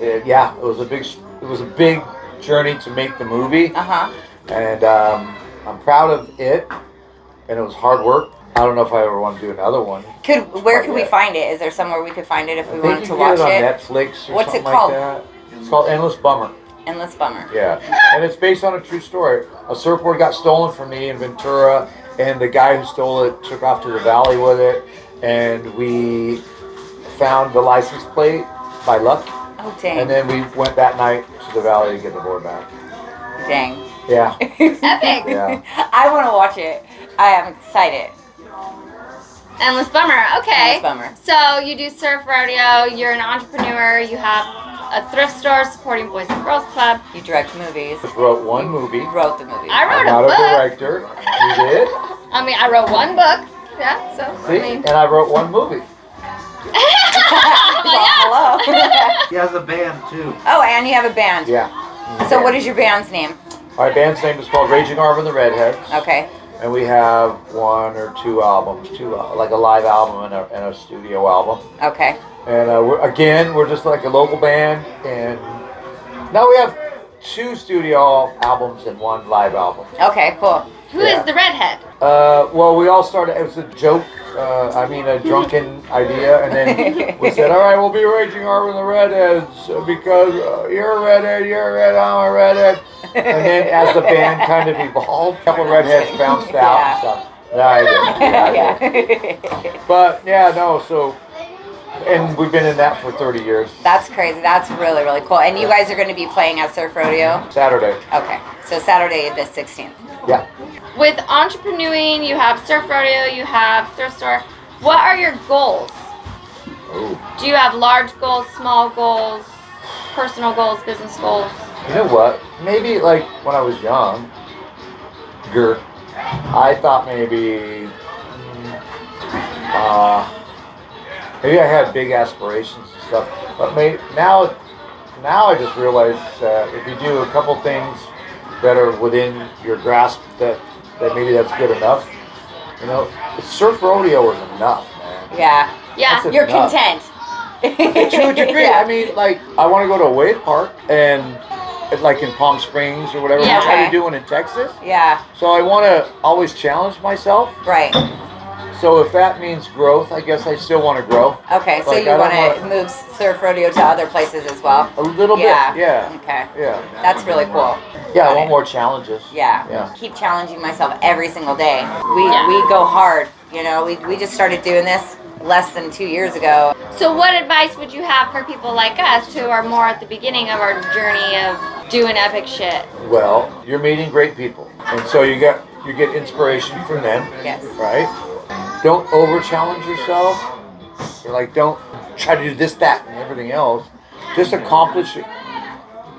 S5: it- yeah, it was a big, it was a big journey to make the movie,
S1: uh-huh
S5: and um, I'm proud of it, and it was hard work. I don't know if I ever want to do another one.
S1: could where could we
S5: Yeah.
S1: find it is there somewhere we could find it if
S5: I
S1: we
S5: think
S1: wanted
S5: you
S1: to
S5: can
S1: watch
S5: get on
S1: it
S5: Netflix or
S1: What's it
S5: something
S1: called?
S5: like that. It's called Endless Bummer.
S1: endless bummer
S5: Yeah, and it's based on a true story. A surfboard got stolen from me in Ventura, and the guy who stole it took off to the valley with it, and we found the license plate by luck,
S1: oh dang
S5: and then we went that night to the valley to get the board back.
S1: dang
S5: Yeah,
S2: Epic.
S5: yeah.
S1: (laughs) I want to watch it. I am excited.
S2: Endless Bummer. Okay.
S1: That's a bummer.
S2: So you do surf rodeo. You're an entrepreneur. You have a thrift store supporting Boys and Girls Club.
S1: You direct movies.
S5: Just wrote one movie.
S1: You
S2: (laughs)
S1: wrote the (laughs)
S2: (laughs)
S1: movie.
S2: I
S5: I'm
S2: wrote
S5: not
S2: a
S5: a
S2: book.
S5: director. You did.
S2: I mean, I wrote one book. Yeah. So I
S5: See,
S2: mean,
S5: and I wrote one movie.
S1: It's all, Hello. (laughs)
S13: He has a band too.
S1: oh, and you have a band.
S5: Yeah.
S1: So what is your band's name?
S5: Our band's name is called Raging Arm and the Redheads.
S1: Okay.
S5: And we have one or two albums, two al- like a live album and a, and a studio album.
S1: Okay.
S5: And uh, we're, again, we're just like a local band, and now we have two studio albums and one live album.
S1: Okay. Cool.
S2: who is
S5: Yeah.
S2: the redhead?
S5: Uh, well, we all started. It was a joke. Uh, I mean, a drunken idea, and then we said, "All right, we'll be raging over the redheads uh, because uh, you're a redhead, you're a redhead, I'm a redhead." And then, as the band kind of evolved, a couple of redheads bounced out.
S1: Yeah.
S5: So, yeah, I did. Yeah, I did.
S1: yeah.
S5: But yeah, no. So, and we've been in that for 30 years.
S1: (laughs) That's crazy. That's really really cool. And you guys are going to be playing at Surf Rodeo.
S5: Saturday.
S1: Okay. So Saturday the 16th.
S5: Yeah.
S2: With entrepreneuring, you have surf rodeo. You have thrift store. What are your goals?
S5: Oh.
S2: Do you have large goals, small goals, personal goals, business goals?
S5: You know what? Maybe like when I was young, ger, I thought maybe, mm, uh, maybe I had big aspirations and stuff. But may, now, now I just realize uh, if you do a couple things that are within your grasp, that that maybe that's good enough. You know, surf rodeo is enough, man.
S1: Yeah.
S2: Yeah.
S5: That's
S1: You're
S5: enough.
S1: content.
S5: to a degree.
S1: (laughs) Yeah.
S5: I mean, like, I want to go to a wave park and, it- like, in Palm Springs or whatever.
S1: Yeah,
S5: we try
S1: okay.
S5: to do one in Texas.
S1: Yeah.
S5: So I want to always challenge myself.
S1: Right.
S5: So if that means growth, I guess I still want to grow.
S1: Okay. So
S5: Like,
S1: you
S5: I don't
S1: want to
S5: wanna-
S1: move surf rodeo to other places as well?
S5: A little
S1: Yeah.
S5: bit. Yeah.
S1: Okay.
S5: Yeah.
S1: That's really cool.
S5: Yeah. I want more challenges.
S1: Yeah.
S5: Yeah.
S1: Keep challenging myself every single day. We we go hard. You know, we, we just started doing this less than two years ago.
S2: So, what advice would you have for people like us who are more at the beginning of our journey of doing epic shit?
S5: Well, you're meeting great people, and so you get you get inspiration from them.
S1: Yes.
S5: Right. Don't over challenge yourself. Like, don't try to do this, that, and everything else. Just accomplish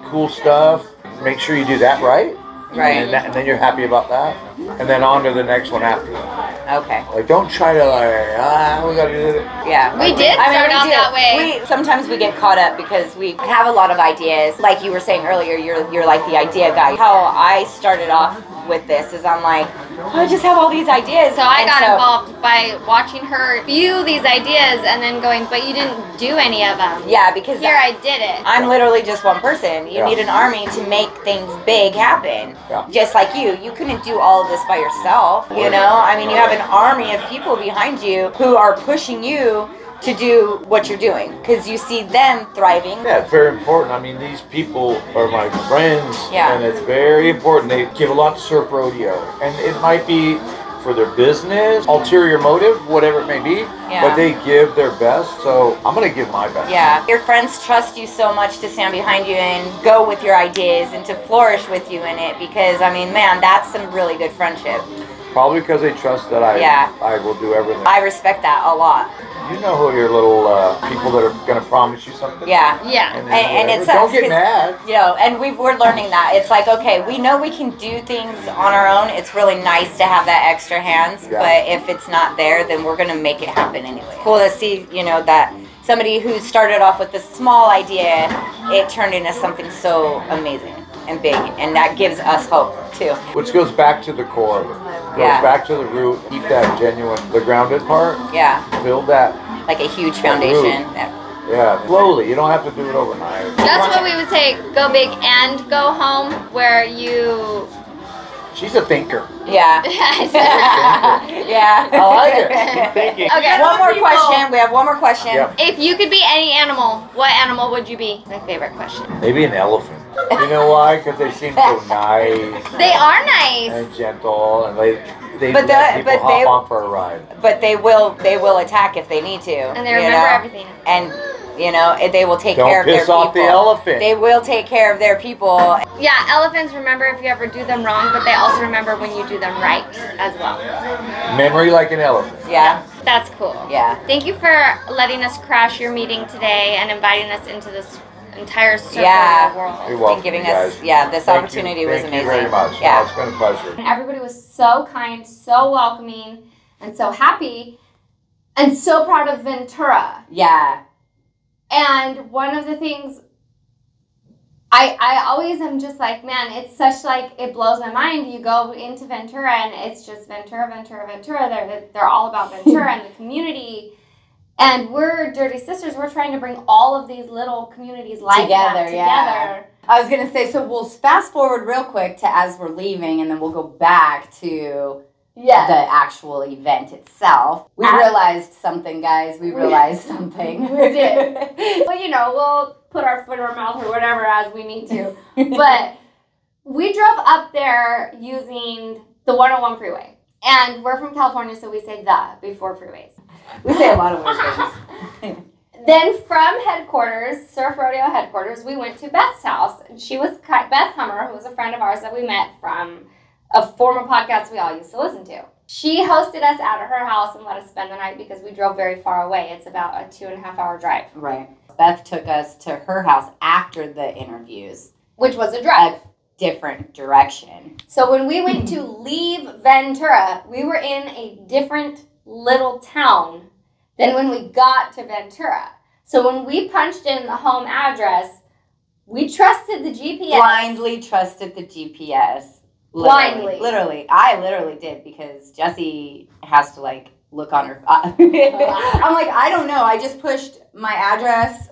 S5: cool stuff. Make sure you do that right.
S1: Right.
S5: And, that, and then you're happy about that. And then on to the next one after that.
S1: Okay.
S5: Like, don't try to like, ah, we gotta do this.
S1: Yeah.
S2: We did
S1: I mean,
S2: start
S1: we
S2: out
S1: do.
S2: that way.
S1: We sometimes we get caught up because we have a lot of ideas. Like you were saying earlier, you're you're like the idea guy. How I started off with this is I'm like, "Oh, I just have all these ideas.
S2: So I
S1: And
S2: got involved by watching her view these ideas and then going, but you didn't do any of them.
S1: Yeah, because
S2: Here I did it.
S1: I'm literally just one person. You
S5: Yeah.
S1: need an army to make things big happen.
S5: Yeah.
S1: Just like you, you couldn't do all of this by yourself. You know, I mean, you have an army of people behind you who are pushing you to do what you're doing because you see them thriving.
S5: Yeah, it's very important. I mean, these people are my friends,
S1: Yeah.
S5: and it's very important. They give a lot to Surf Rodeo, and it might be for their business, ulterior motive, whatever it may be,
S1: Yeah.
S5: but they give their best. So I'm gonna give my best.
S1: Yeah, your friends trust you so much to stand behind you and go with your ideas and to flourish with you in it because I mean, man, that's some really good friendship.
S5: Probably because they trust that I
S1: Yeah.
S5: I will do everything.
S1: I respect that a lot.
S5: you know who your little uh, people that are gonna promise you something.
S1: Yeah.
S2: Yeah.
S5: then
S1: And, and
S5: whatever.
S1: it sucks
S5: don't get
S1: 'cause,
S5: mad.
S1: You know, and we we're learning that it's like okay, we know we can do things on our own. It's really nice to have that extra hands,
S5: Yeah.
S1: but if it's not there, then we're gonna make it happen anyway. It's cool to see, you know, that somebody who started off with this small idea, it turned into something so amazing and big, and that gives us hope too.
S5: Which goes back to the core. of it. Goes
S1: Yeah.
S5: back to the root. Keep that genuine, the grounded part.
S1: Yeah,
S5: Build that
S1: like a huge foundation. that-
S5: Yeah, slowly. You don't have to do it overnight.
S2: That's what we would say go big and go home, where you.
S5: She's a thinker.
S2: (laughs)
S1: Yeah. (laughs) yeah.
S5: I like
S1: (laughs)
S5: it. Keep thinking.
S2: Okay.
S1: One more question. We have one more question.
S5: Yeah.
S2: If you could be any animal, what animal would you be? My favorite question.
S5: Maybe an elephant. You know why? Because they seem
S1: (laughs)
S5: so nice
S2: They are nice.
S5: and gentle, and they they
S1: But
S5: let
S1: the-
S5: people
S1: but
S5: hop
S1: they-
S5: on for a ride.
S1: But they will they will attack if they need to.
S2: And they
S1: you
S2: remember
S1: know?
S2: everything.
S1: And you know, it- they will take care
S5: Don't
S1: of their
S5: piss
S1: people.
S5: off the elephant.
S1: They will take care of their people.
S2: Yeah, elephants remember if you ever do them wrong, but they also remember when you do them right as well.
S5: Memory like an elephant.
S1: Yeah.
S2: That's cool.
S1: Yeah.
S2: Thank you for letting us crash your meeting today and inviting us into this entire circle
S1: Yeah.
S5: You're
S2: world.
S5: welcome,
S1: and giving
S5: you
S1: us
S5: guys.
S1: yeah, this
S5: Thank you.
S1: opportunity was
S5: Thank
S1: amazing.
S5: you very much. No,
S1: Yeah.
S5: it's been a pleasure.
S2: Everybody was so kind, so welcoming, and so happy, and so proud of Ventura.
S1: Yeah.
S2: And one of the things I I always am just like, man, it's such like it blows my mind. You go into Ventura and it's just Ventura, Ventura, Ventura. They're they're all
S1: (laughs)
S2: about Ventura and the community. And we're Dirty Sisters. We're trying to bring all of these little communities like that
S1: Together,
S2: together.
S1: yeah. I was gonna say, so we'll fast forward real quick to as we're leaving and then we'll go back to
S2: Yes.
S1: the actual event itself. We
S2: At-
S1: realized something, guys. We realized something.
S2: (laughs) We did. well, you know, we'll put our foot in our mouth or whatever as we need to. but we drove up there using the 101 freeway. And we're from California, so we say the before freeways.
S1: we say a lot of weird things.
S2: Then from headquarters, Surf Rodeo headquarters, we went to Beth's house. And she was ki- Beth Hummer, who was a friend of ours that we met from a former podcast we all used to listen to. She hosted us out at her house and let us spend the night because we drove very far away. It's about a two and a half hour drive,
S1: Right. Beth took us to her house after the interviews,
S2: which was a drive.
S1: different direction.
S2: So when we went to
S1: Mm-hmm.
S2: leave Ventura, we were in a different little town than when we got to Ventura. So when we punched in the home address, we trusted the GPS.
S1: Blindly trusted the GPS.
S2: Blindly.
S1: Literally. I literally did because Jesse has to like look on her. (laughs) I'm like, I don't know. I just pushed my address,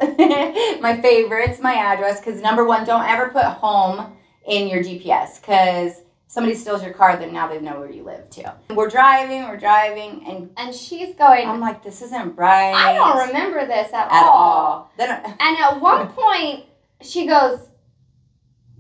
S1: (laughs) my favorites, my address. Because number one, don't ever put home in your GPS because somebody steals your car, then now they know where you live too. We're driving, we're driving, and
S2: and she's going.
S1: I'm like, this isn't right.
S2: I don't remember this at,
S1: at
S2: all.
S1: all. They don't-
S2: (laughs) And at one point, she goes,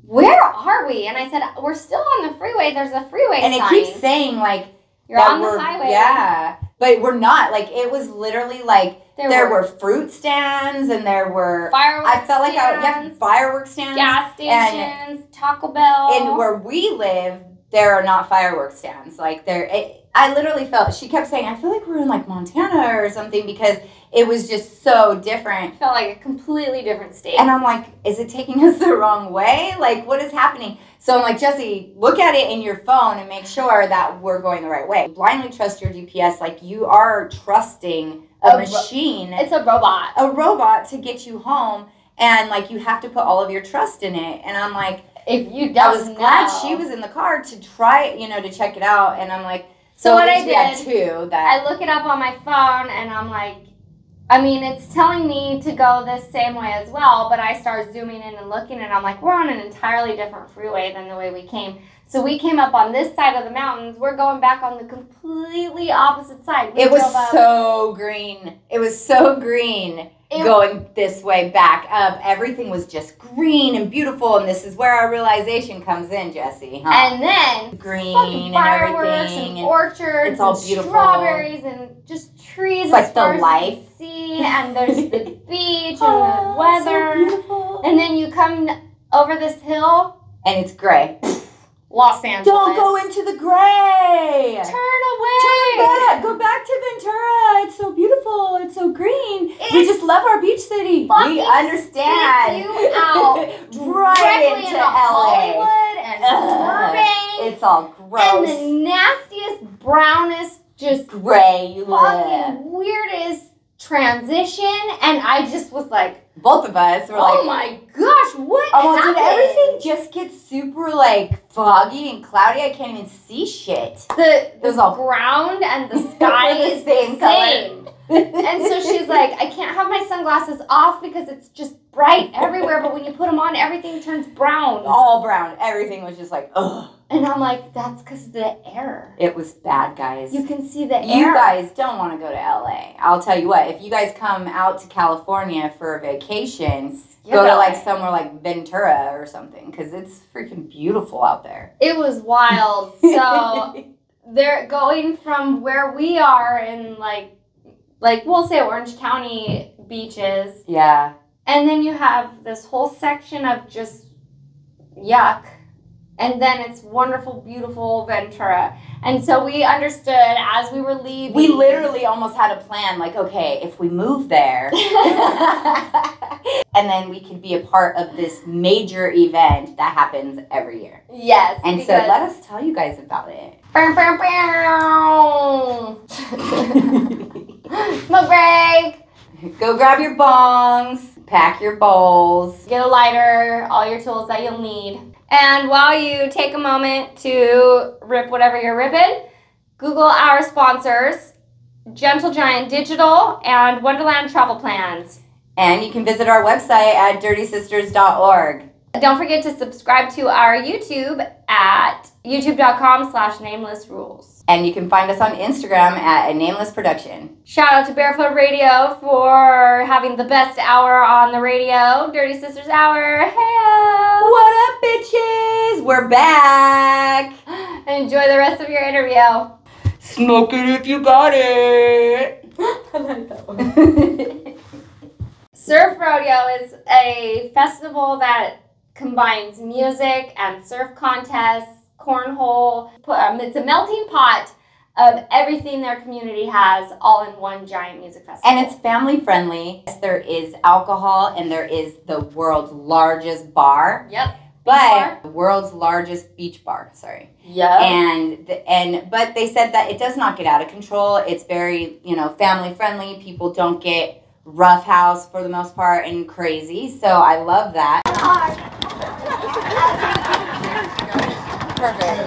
S2: "Where are we?" And I said, "We're still on the freeway. There's a freeway
S1: and it
S2: sign.
S1: keeps saying like
S2: You're
S1: that
S2: on the
S1: we're-
S2: highway.
S1: Yeah, but we're not. Like it was literally like
S2: There
S1: there,
S2: were-
S1: were, fruit stands and there were
S2: Fireworks.
S1: I felt like I yeah
S2: stands,
S1: fireworks stands.
S2: gas stations, Taco Bell,
S1: And, and where we live, there are not fireworks stands. Like there, it, I literally felt. She kept saying, "I feel like we're in like Montana or something," because it was just so different.
S2: felt like a completely different state.
S1: And I'm like, is it taking us (laughs) the wrong way? Like, what is happening? So I'm like, Jesse, look at it in your phone and make sure that we're going the right way. Blindly trust your GPS. Like, you are trusting a,
S2: A ro-
S1: machine,
S2: it's a robot.
S1: a robot to get you home. And like, you have to put all of your trust in it. And I'm like,
S2: If you don't
S1: I was glad
S2: know.
S1: she was in the car to try, it, you know, to check it out. And I'm like,
S2: So
S1: so,
S2: what I
S1: at least we had
S2: did-
S1: two that
S2: I look it up on my phone and I'm like, I mean, it's telling me to go this same way as well, but I start zooming in and looking and I'm like, we're on an entirely different freeway than the way we came. So we came up on this side of the mountains. We're going back on the completely opposite side. We
S1: it was
S2: drove up-
S1: so green. It was so green.
S2: it-
S1: going this way back up. Everything was just green and beautiful, and this is where our realization comes in, Jesse. Huh?
S2: And then fucking
S1: green and
S2: fireworks and,
S1: everything. and-
S2: orchards
S1: it's all
S2: and
S1: beautiful.
S2: strawberries and just trees.
S1: It's like
S2: as
S1: the
S2: far as you can
S1: life.
S2: see and there's
S1: (laughs)
S2: the beach and the
S1: Oh, it's so
S2: weather.
S1: beautiful. and,
S2: And then you come over this hill,
S1: it's gray.
S2: Los Angeles.
S1: Don't go into the gray.
S2: Turn away.
S1: Turn back. Go back to Ventura. It's so beautiful. It's so green.
S2: It
S1: we just love our beach city.
S2: fucking
S1: We understand.
S2: spits you out
S1: (laughs) right
S2: Directly
S1: into
S2: into
S1: LA.
S2: Hollywood and
S1: (laughs) Ugh.
S2: Burbank
S1: It's all
S2: and
S1: gross.
S2: the nastiest, brownest, just
S1: gray. You live.
S2: fucking weirdest transition. And I just was like,
S1: Both of us were
S2: oh
S1: like,
S2: my gosh, what
S1: Oh, well,
S2: happened?
S1: did everything just get super like foggy and cloudy? I can't even see shit.
S2: The, the
S1: It was all-
S2: ground and
S1: (laughs)
S2: the sky
S1: Were the
S2: is the
S1: same color.
S2: same. And so she's like, I can't have my sunglasses off because it's just bright everywhere, but when you put them on, everything turns brown.
S1: all brown. Everything was just like, ugh.
S2: And I'm like, that's because the air.
S1: It was bad, guys.
S2: You can see the
S1: You
S2: air.
S1: guys don't want to go to LA. I'll tell you what. If you guys come out to California for a vacation,
S2: You're
S1: go to
S2: LA.
S1: like somewhere like Ventura or something because it's freaking beautiful out there.
S2: It was wild. So
S1: (laughs)
S2: they're going from where we are in like, like we'll say Orange County beaches,
S1: yeah,
S2: and then you have this whole section of just yuck. And then it's wonderful, beautiful Ventura. And so we understood as we were leaving.
S1: we literally almost had a plan. Like, okay, if we move (laughs) there. and then we could be a part of this major event that happens every year.
S2: yes.
S1: And so
S2: because-
S1: let us tell you guys about it.
S2: Bow, bow,
S1: (laughs)
S2: bow. Smoke break.
S1: Go grab your bongs, pack your bowls.
S2: Get a lighter, all your tools that you'll need. And while you take a moment to rip whatever you're ripping, Google our sponsors, Gentle Giant Digital and Wonderland Travel Plans.
S1: And you can visit our website at dirtysisters.org.
S2: Don't forget to subscribe to our YouTube at youtube.com slash nameless rules.
S1: And you can find us on Instagram at a nameless production.
S2: Shout out to Barefoot Radio for having the best hour on the radio, Dirty Sisters Hour. Hey!
S1: What up, bitches? We're back.
S2: (gasps) Enjoy the rest of your
S1: (laughs)
S2: interview. (laughs)
S1: Smoke it if you got it.
S2: Surf Rodeo is a festival that combines music and surf contests, cornhole. pu- Um, it's a melting pot of everything their community has all in one giant music festival.
S1: and it's family friendly. There is alcohol and there is the world's largest bar,
S2: yep.
S1: but the world's largest beach bar, sorry.
S2: Yep.
S1: and the, and but they said that it does not get out of control. It's very you know family friendly. People don't get rough house for the most part and crazy. So I love that.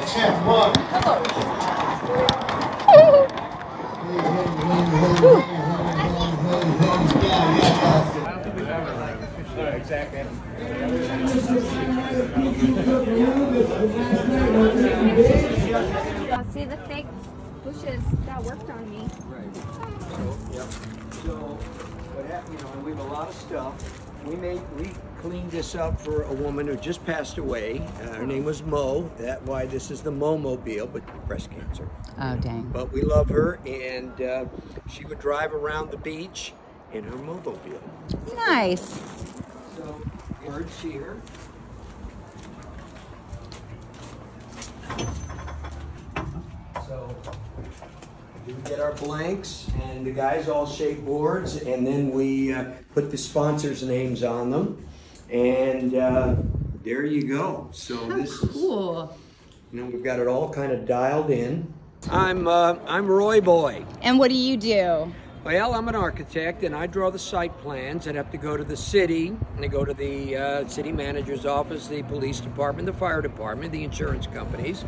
S12: Check one.
S2: See the fake bushes that worked on me.
S15: So, what happened, you know, we have a lot of stuff. We made, we cleaned this up for a woman who just passed away. Uh, her name was Mo. That why this is the Mo-mobile, but breast cancer.
S1: Oh, dang.
S15: But we love her, and uh, she would drive around the beach in her mobile.
S1: Nice.
S15: So, birds here. So, we get our blanks, and the guys all shape boards, and then we uh, put the sponsors' names on them, and uh, there you go. So this is,
S1: Cool.
S15: you know, we've got it all kind of dialed in. I'm uh, I'm Roy Boy.
S1: And what do you do?
S15: Well, I'm an architect and I draw the site plans and have to go to the city and I go to the uh, city manager's office, the police department, the fire department, the insurance companies,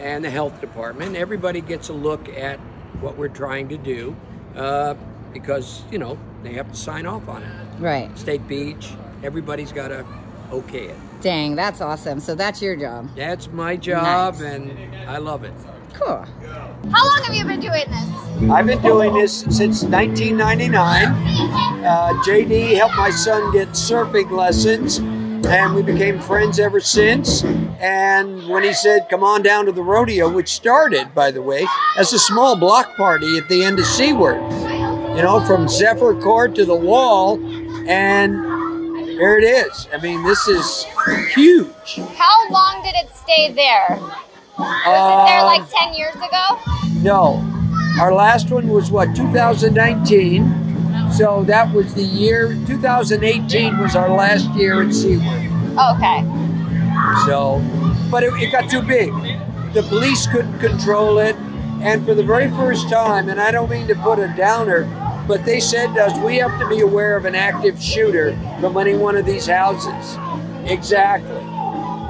S15: and the health department. Everybody gets a look at what we're trying to do uh, because, you know, they have to sign off on it.
S1: Right.
S15: State Beach, everybody's got to okay it.
S1: Dang, that's awesome. So that's your job.
S15: That's my job and I love it.
S1: Cool.
S2: How long have you been doing this?
S15: I've been doing this since 1999. Uh, JD helped my son get surfing lessons, and we became friends ever since. And when he said, Come on down to the rodeo, which started, by the way, as a small block party at the end of Seaward, you know, from Zephyr Court to the wall, and there it is. I mean, this is huge.
S2: How long did it stay there? Was it there
S15: Uh,
S2: like 10 years ago?
S15: No. Our last one was what, 2019? So that was the year, 2018 was our last year at Seaward.
S2: Okay.
S15: So, but it, it got too big. The police couldn't control it. And for the very first time, and I don't mean to put a downer, but they said to us, we have to be aware of an active shooter from any one of these houses. Exactly.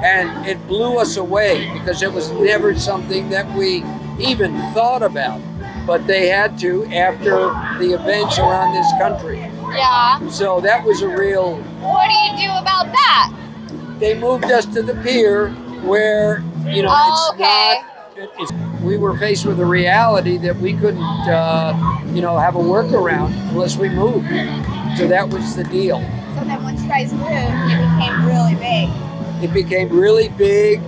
S15: And it blew us away because it was never something that we even thought about. But they had to after the events around this country.
S2: Yeah.
S15: So that was a real
S2: What do you do about that?
S15: they moved us to the pier where you know
S2: Oh,
S15: it's not it- it's, we were faced with the reality that we couldn't uh, you know have a workaround unless we moved so that was the deal
S7: So then once you guys moved, it became really big.
S15: it became really big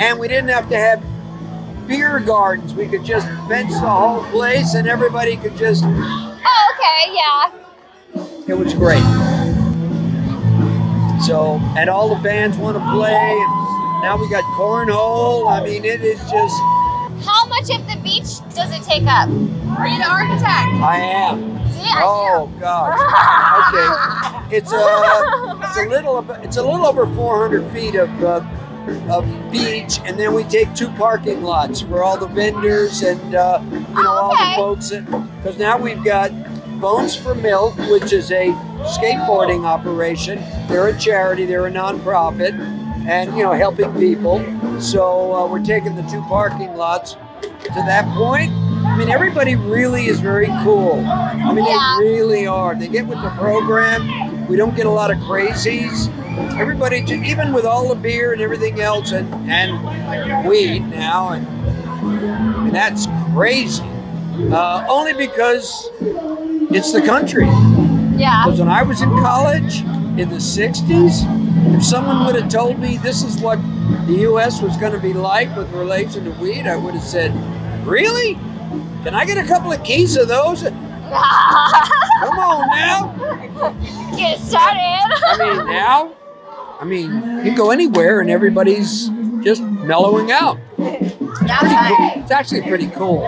S15: and we didn't have to have beer gardens we could just fence the whole place and everybody could just
S2: Oh, okay,
S15: (laughs)
S2: yeah.
S15: it was great. So, and all the bands want to play. And now we got cornhole. I mean, it is just.
S2: How much of the beach does it take up? Are you the architect?
S15: I am.
S2: See, I
S15: Oh gosh. Okay. It's a. It's a little. ab- It's a little over 400 feet of. Uh, of beach, and then we take two parking lots for all the vendors and uh, you know all the folks. Because now we've got Bones for Milk, which is a skateboarding operation. They're a charity. They're a nonprofit, and you know helping people. So uh, we're taking the two parking lots. To that point, I mean everybody really is very cool. I mean
S2: Yeah.
S15: they really are. They get with the program. We don't get a lot of crazies. Everybody, ju- even with all the beer and everything else, and and weed now, and and that's crazy. Uh, only because it's the country.
S2: Yeah.
S15: Because when I was in college in the 60s, if someone would have told me this is what the U.S. was going to be like with relation to weed, I would have said, Really? Can I get a couple of keys of those? Come on now.
S2: Get started.
S15: I mean,
S2: (laughs)
S15: now, I mean, you go anywhere and everybody's just mellowing out. Pretty cool. It's actually pretty cool.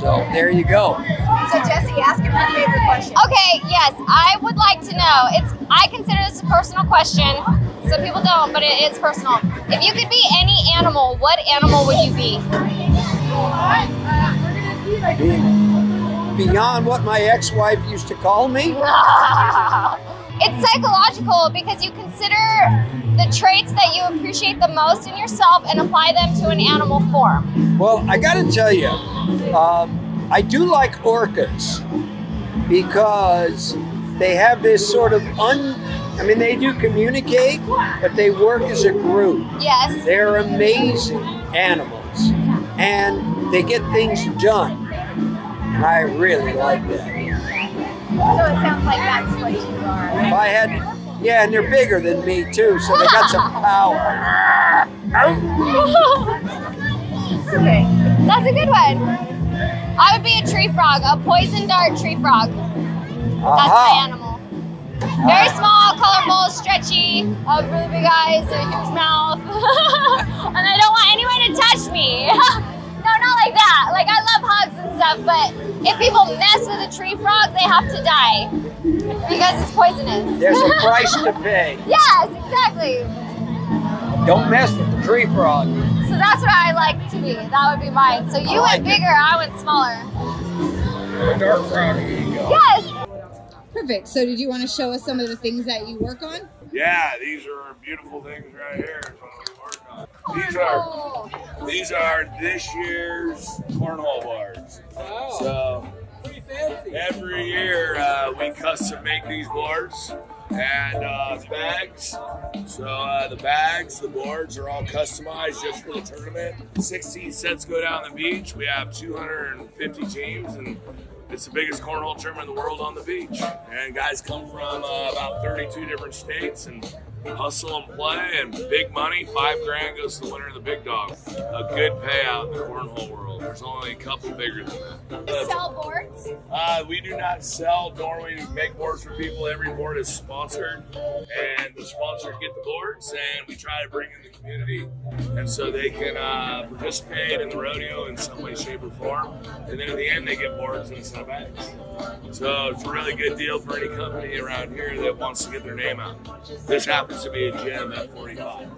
S15: So there you go.
S7: (laughs) So Jesse, ask him her favorite question.
S2: Okay, yes, I would like to know. It's I consider this a personal question. Some people don't, but it is personal. If you could be any animal, what animal would you be?
S15: Beyond what my ex-wife used to call me. (laughs)
S2: (laughs) It's psychological because you consider the traits that you appreciate the most in yourself and apply them to an animal form.
S15: Well, I got to tell you, um, I do like orcas because they have this sort of un. I mean, they do communicate, but they work as a group.
S2: Yes.
S15: They're amazing animals, and they get things done. And I really like that.
S7: So it sounds like that's what you are.
S15: If I had, yeah, and they're bigger than me too, so they
S7: (laughs)
S15: got some power.
S7: Okay.
S2: That's a good one. I would be a tree frog, a poison dart tree frog. That's my
S15: Aha.
S2: animal. Very small, colorful, stretchy, uh, really big eyes, a huge mouth. (laughs) and I don't want anyone to touch me. (laughs) no, not like that. Like, I love hugs and stuff, but if people mess with a tree frog, they have to die because it's poisonous. (laughs)
S15: There's a price to pay.
S2: yes, exactly.
S15: Don't mess with the tree frog.
S2: So that's what I like to be. That would be mine. So you
S15: I
S2: went
S15: like
S2: bigger, I went smaller.
S15: Dark frog. There you go.
S2: Yes.
S7: Perfect. So did you want to show us some of the things that you work on?
S16: Yeah, these are beautiful things right here. is what we work on. These are these are this year's cornhole bars. So every year uh, we custom make these boards and uh, the bags. So uh, the bags, the boards are all customized just for the tournament. 16 sets go down the beach. We have 250 teams and. It's the biggest cornhole tournament in the world on the beach. And guys come from uh, about 32 different states and hustle and play and big money. Five grand goes to the winner of the big dog. A good payout in the cornhole world. There's only a couple bigger than that.
S7: Sell boards.
S16: Uh, we do not sell, nor we make boards for people. Every board is sponsored, and the sponsors get the boards, and we try to bring in the community, and so they can uh, participate in the rodeo in some way, shape, or form. And then at the end, they get boards and a set of bags. So it's a really good deal for any company around here that wants to get their name out. This happens to be a gym at 45.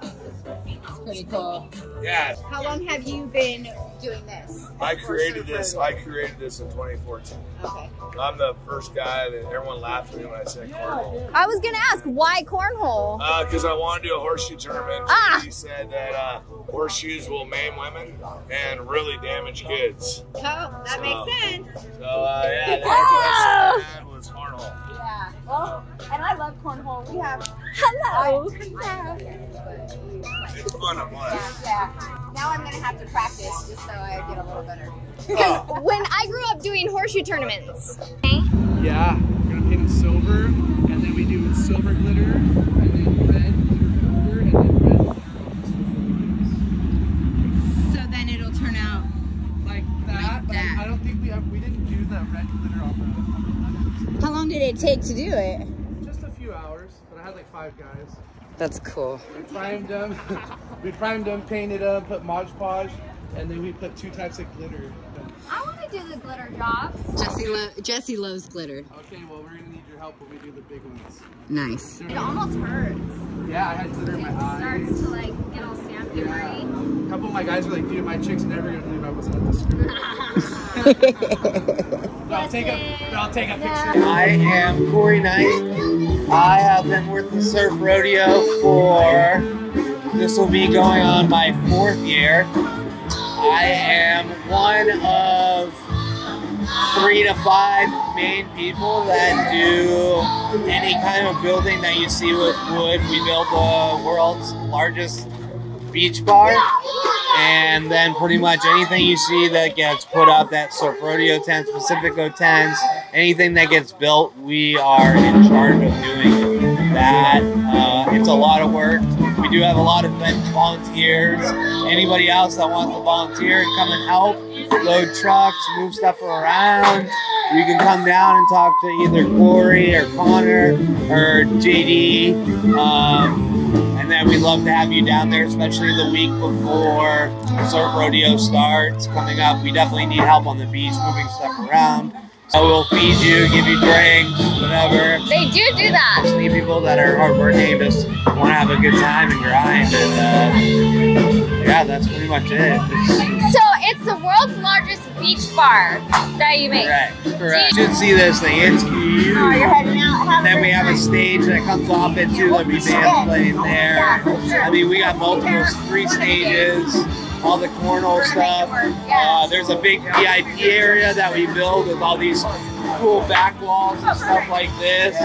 S7: That's pretty cool.
S16: Yeah,
S7: How long have you been doing this?
S16: I created this. I created this in 2014.
S7: Okay.
S16: I'm the first guy that everyone laughed at me when I said cornhole.
S7: I was gonna ask why cornhole.
S16: Because Uh, I want to do a horseshoe tournament.
S7: Ah.
S16: He said that uh, horseshoes will maim women and really damage kids.
S7: Oh, that makes sense.
S16: So uh, yeah,
S7: Oh!
S16: that's what I said was cornhole.
S7: Yeah. Well, and I love cornhole. We have. Hello. Hello.
S16: It's fun to play.
S7: Yeah. Now I'm gonna have to practice just so I get a little better.
S2: Because
S1: Oh.
S2: when I grew up doing horseshoe tournaments,
S1: Yeah, we're gonna paint it silver, and then we do silver glitter, and then red glitter powder, and then red glitter on the
S7: So then it'll turn out
S1: like that. But I don't think we have. We didn't do the red glitter on
S7: How long did it take to do it?
S1: the. Just a few hours, but I had like five guys.
S7: That's cool.
S1: We primed them. (laughs) we primed them, painted them, put Mod Podge, and then we put two types of glitter.
S2: I want to do the glitter jobs.
S7: Jesse, lo- Jesse loves glitter.
S1: Okay, well we're gonna need your help when we do the big ones.
S7: Nice.
S2: It almost hurts.
S1: Yeah, I had glitter in my eyes.
S2: Starts to like get all sandpapery.
S1: A
S7: (laughs)
S1: couple of my (laughs) guys were like, dude, my chick's never gonna believe I was at this group. but I'll take a, but I'll take a picture.
S17: I am Corey Knight. I have been with the Surf Rodeo for, this will be going on my fourth year. I am one of three to five main people that do any kind of building that you see with wood. We built the world's largest beach bar. And then pretty much anything you see that gets put up, that Surf Rodeo tents, Pacifico tents, anything that gets built, we are in charge of doing that. Uh, it's a lot of work. We do have a lot of vet- volunteers. Anybody else that wants to volunteer, come and help. Load trucks, move stuff around. You can come down and talk to either Corey or Connor or JD. Um, and then we'd love to have you down there, especially the week before surf rodeo starts coming up. We definitely need help on the beach moving stuff around. So we'll feed you, give you drinks, whatever.
S2: They do do that.
S17: Just need people that are hardworking and just want to have a good time and grind. And uh, yeah, that's pretty much it.
S2: So it's the world's largest beach bar that you make.
S17: Correct. Correct. You should see this thing. It's huge.
S2: Oh, you're heading out. Have a
S17: then we
S2: great
S17: have a stage that comes off into the band playing there. I mean, we got multiple three stages.
S18: all the cornhole stuff. Uh, there's a big VIP area that we build with all these cool back walls and stuff like this.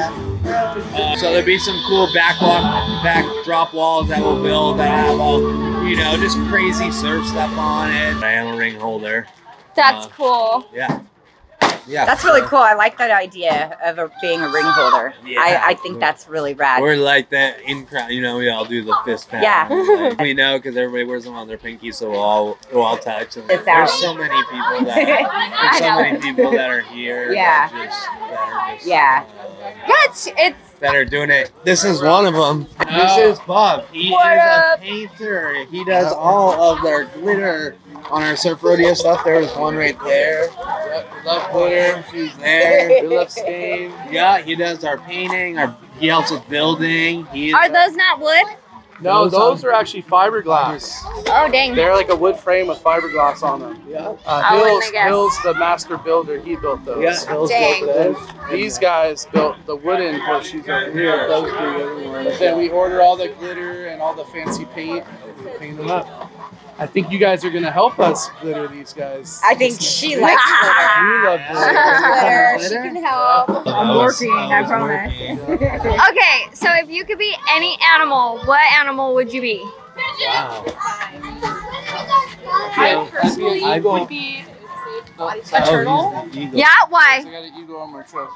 S18: Uh, so there'll be some cool back walk, back drop walls that we'll build that have all, you know, just crazy surf stuff on it. Diana ring holder.
S2: That's cool.
S18: Yeah. Yeah.
S14: That's really cool. I like that idea of a, being a ring holder. I, I think that's really rad. (laughs)
S17: We're like that in crowd, you know. We all do the fist pound.
S14: Yeah.
S17: Like, we know because everybody wears them on their pinky, so we'll all we'll all touch. And
S14: It's out.
S17: there's so many
S14: (laughs)
S17: people that there's so
S14: I know.
S17: many people that are here.
S14: Yeah.
S17: That, just, that, are just,
S14: Yeah. Yeah, it's, it's
S17: that are doing it. This is one of them.
S16: Oh.
S17: This is Bob. He is
S7: uh,
S17: a painter. He does all of their glitter on our surf rodeo stuff. There was one right there. Yep, we love glitter. She's
S7: (laughs)
S17: there.
S14: (laughs)
S17: We love stain. Yeah, he does our painting. Our he helps with building. He is
S2: Are those not wood?
S16: No, those um, are actually fiberglass.
S2: Oh dang.
S16: They're like a wood frame with fiberglass on them. Yeah. Uh,
S2: I wouldn't
S16: Hills,
S2: have guessed.
S16: Hills, the master builder, he built those.
S17: Yeah, Hills Dang. built
S16: those. These guys built the wooden horseshoes over here. (laughs) Those three everywhere. But Then we order all the glitter and all the fancy paint. and we Paint them up. I think you guys are gonna help us glitter these guys.
S14: I think she likes
S16: You love (laughs) glitter.
S14: glitter.
S2: She can help.
S16: I'm working, I promise.
S2: (laughs) Okay, so if you could be any animal, what animal would you be?
S17: Wow.
S16: I personally
S17: I
S16: would
S3: be
S16: a
S17: turtle.
S2: Yeah, why?
S16: I got an eagle on my trophy.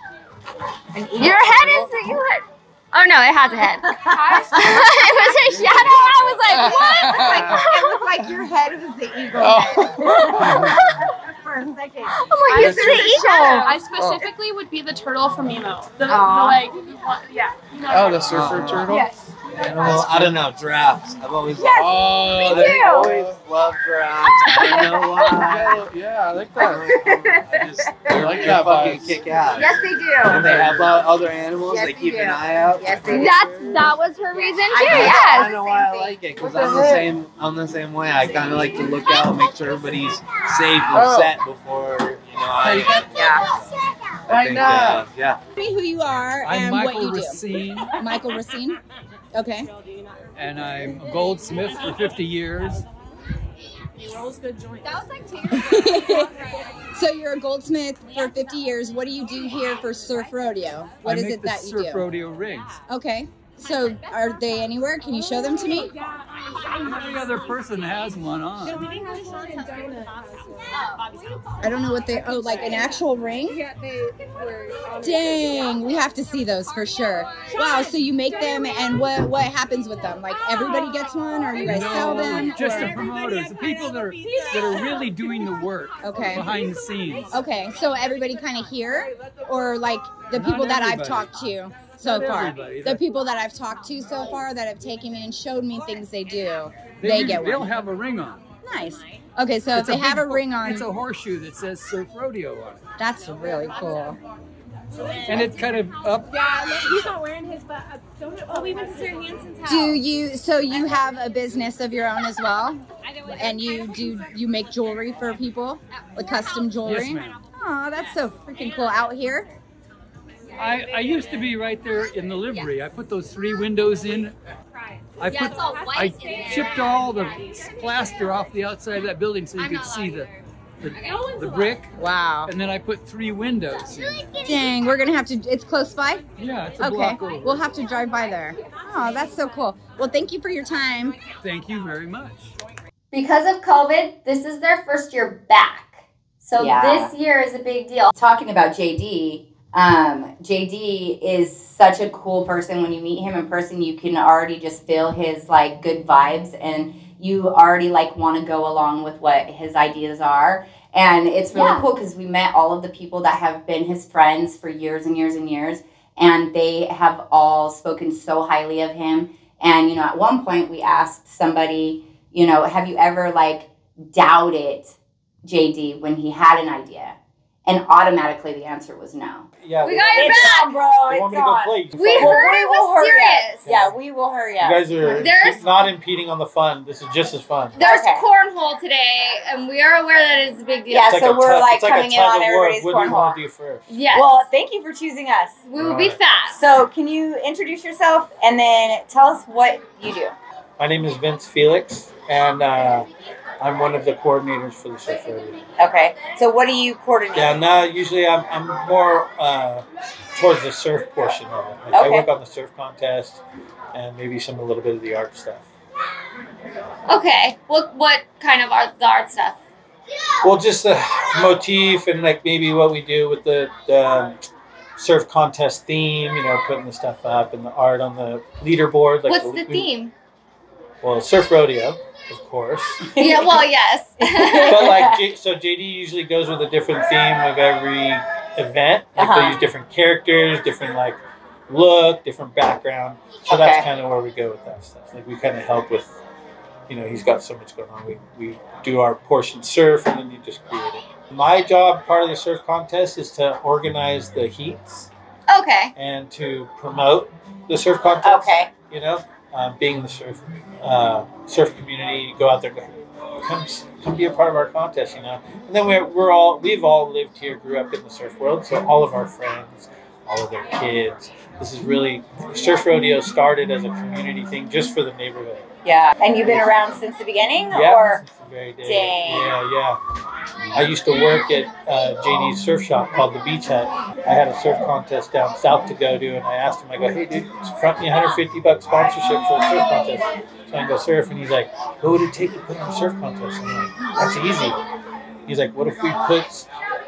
S2: Your head is you had. Oh no, it has a
S1: (laughs)
S2: head. (laughs) it was a shadow.
S14: (laughs)
S2: I was like, what?
S14: it
S1: (laughs)
S14: (laughs) looked like your head was the eagle. (laughs)
S3: for a second.
S2: Oh my goodness, the eagle.
S3: I specifically would be the turtle from Nemo. The, the
S2: Aw.
S3: like, one- yeah. you know-
S16: Oh, the surfer turtle.
S3: Yes.
S17: Well, I don't know. Giraffes. I've always
S3: Yes,
S17: me
S16: Oh, there you
S17: too.
S16: go.
S17: always loved giraffes. I don't know why.
S14: (laughs)
S16: Yeah, I like that.
S17: They're
S16: like
S17: they
S16: that
S17: fucking
S16: vibes.
S17: kick ass.
S2: Yes, they
S17: And
S2: do.
S17: they have uh, other animals.
S2: Yes,
S17: they
S2: they
S17: keep
S2: do.
S17: an eye out.
S2: Yes, they do. That's that was her reason too.
S17: I don't
S2: Yes.
S17: know why I like it because I'm the same. I'm the same way. I kind of like to look out, make sure everybody's safe and
S16: Oh.
S17: set before you know. I, I
S16: I
S17: think,
S16: know.
S17: uh, yeah.
S1: Tell me who you are
S7: I'm
S1: and
S7: Michael
S1: what you
S7: Racine.
S1: do. Michael Racine. Okay.
S7: and I'm a goldsmith for 50 years.
S1: That was like so you're a goldsmith for 50 years. What do you do here for surf rodeo? What
S7: I
S1: is
S7: make
S1: it
S7: the
S1: that you
S7: surf
S1: do?
S7: rodeo rings.
S1: Okay. So are they anywhere? Can you show them to me?
S7: Every other person has one on.
S1: I don't know what they. Oh, like an actual ring?
S3: Yeah, they
S1: (laughs)
S3: were.
S1: Dang, we have to see those for sure. Wow. So you make them, and what what happens with them? Like everybody gets one, or you guys sell them?
S7: just
S1: or-
S7: the promoters, the people that are that are really doing the work
S1: Okay.
S7: behind the scenes.
S1: Okay, so everybody kind of here, or like the
S7: Not
S1: people that I've
S7: everybody.
S1: talked to so
S7: Not
S1: far,
S7: everybody.
S1: the people that I've talked to so far that have taken me and showed me things they do,
S7: They
S1: they,
S7: usually-
S1: get
S7: They'll
S1: one.
S7: have a ring on.
S1: nice. Okay, so if
S7: It's
S1: they have
S7: big-
S1: a ring on,
S7: it's a horseshoe that says Surf Rodeo on it,
S1: that's really cool.
S7: and it's kind of up.
S3: Yeah, he's not wearing his, but uh, don't know. Oh, we went to Sarah Hansen's house.
S1: Do you? So you have a business of your own as well, and you do you make jewelry for people, like custom jewelry?
S7: Yes, ma'am.
S1: Oh, that's so freaking cool out here.
S7: I, I used to be right there in the livery. I put those three windows in. I
S1: Yeah,
S7: put
S1: it's all white
S7: I
S1: in there.
S7: chipped all the plaster off the outside of that building so you could see the the, the brick.
S1: Wow.
S7: And then I put three windows. in.
S1: Dang, we're gonna have to. It's close by.
S7: Yeah, it's a
S1: Okay,
S7: block over.
S1: we'll have to drive by there. Oh, that's so cool. Well, thank you for your time.
S7: Thank you very much.
S2: Because of COVID, this is their first year back. So
S4: Yeah.
S2: this year is a big deal.
S4: Talking about JD, um, JD is such a cool person. When you meet him in person, you can already just feel his like good vibes, and you already like want to go along with what his ideas are. And it's really
S2: Yeah.
S4: cool because we met all of the people that have been his friends for years and years and years, and they have all spoken so highly of him. And you know, at one point, we asked somebody, you know, have you ever like doubted JD when he had an idea? And automatically the answer was no.
S8: Yeah.
S2: We got your back.
S4: bro.
S8: You want me to go play?
S2: We
S8: Well,
S2: heard it was serious.
S4: Yeah, we will hurry
S8: You
S4: up.
S8: guys are
S2: There's-
S8: not impeding on the fun. This is just as fun.
S2: There's cornhole today, and we are aware that it is a big deal.
S4: Yeah,
S8: It's like
S4: so
S8: a
S4: we're
S8: tug-
S4: like
S8: it's like a
S4: coming in
S8: tug
S4: on
S8: of war.
S4: everybody's
S8: What do you want
S4: cornhole.
S8: to do first?
S2: Yes.
S4: Well, thank you for choosing us.
S2: We will be fast.
S4: So, can you introduce yourself and then tell us what you do?
S8: My name is Vince Felix, and uh, I'm one of the coordinators for the Shift 30.
S7: Okay. So what do you coordinate?
S8: Yeah, now usually I'm, I'm more uh, towards the surf portion of it. Like, I
S7: Okay.
S8: work on the surf contest and maybe some a little bit of the art stuff.
S2: Okay. What what kind of art the art stuff?
S8: Well, just the motif and like maybe what we do with the, the surf contest theme, you know, putting the stuff up and the art on the leaderboard. Like
S2: What's
S8: we-
S2: the
S8: we- (laughs)
S2: theme?
S8: Well, surf rodeo, of course.
S2: yeah. Well, yes.
S8: but like, J- so JD usually goes with a different theme of every event. Like
S2: Uh-huh.
S8: they use different characters, different like look, different background. So that's
S7: Okay.
S8: kind of where we go with that stuff. Like we kind of help with, you know, he's got so much going on. We we do our portion surf, and then you just create it. My job, part of the surf contest, is to organize the heats
S2: okay.
S8: and to promote the surf contest. Okay. You know, um, being the surf uh, surf community, go out there, go, come s- come be a part of our contest. You know, and then we're, we're all we've all lived here, grew up in the surf world, so all of our friends, all of their kids. This is really surf rodeo started as a community thing just for the neighborhood.
S7: Yeah. And you've been around since the beginning,
S8: Yeah,
S7: or
S8: since the very day.
S7: Dang.
S8: Yeah, yeah. I used to work at uh, JD's surf shop called the Beach Hut. I had a surf contest down south to go to, and I asked him, I go, hey, dude, front me 150 bucks sponsorship for a surf contest so I can go surf. And he's like, what would it take to put on a surf contest? And I'm like, that's easy. He's like, what if we put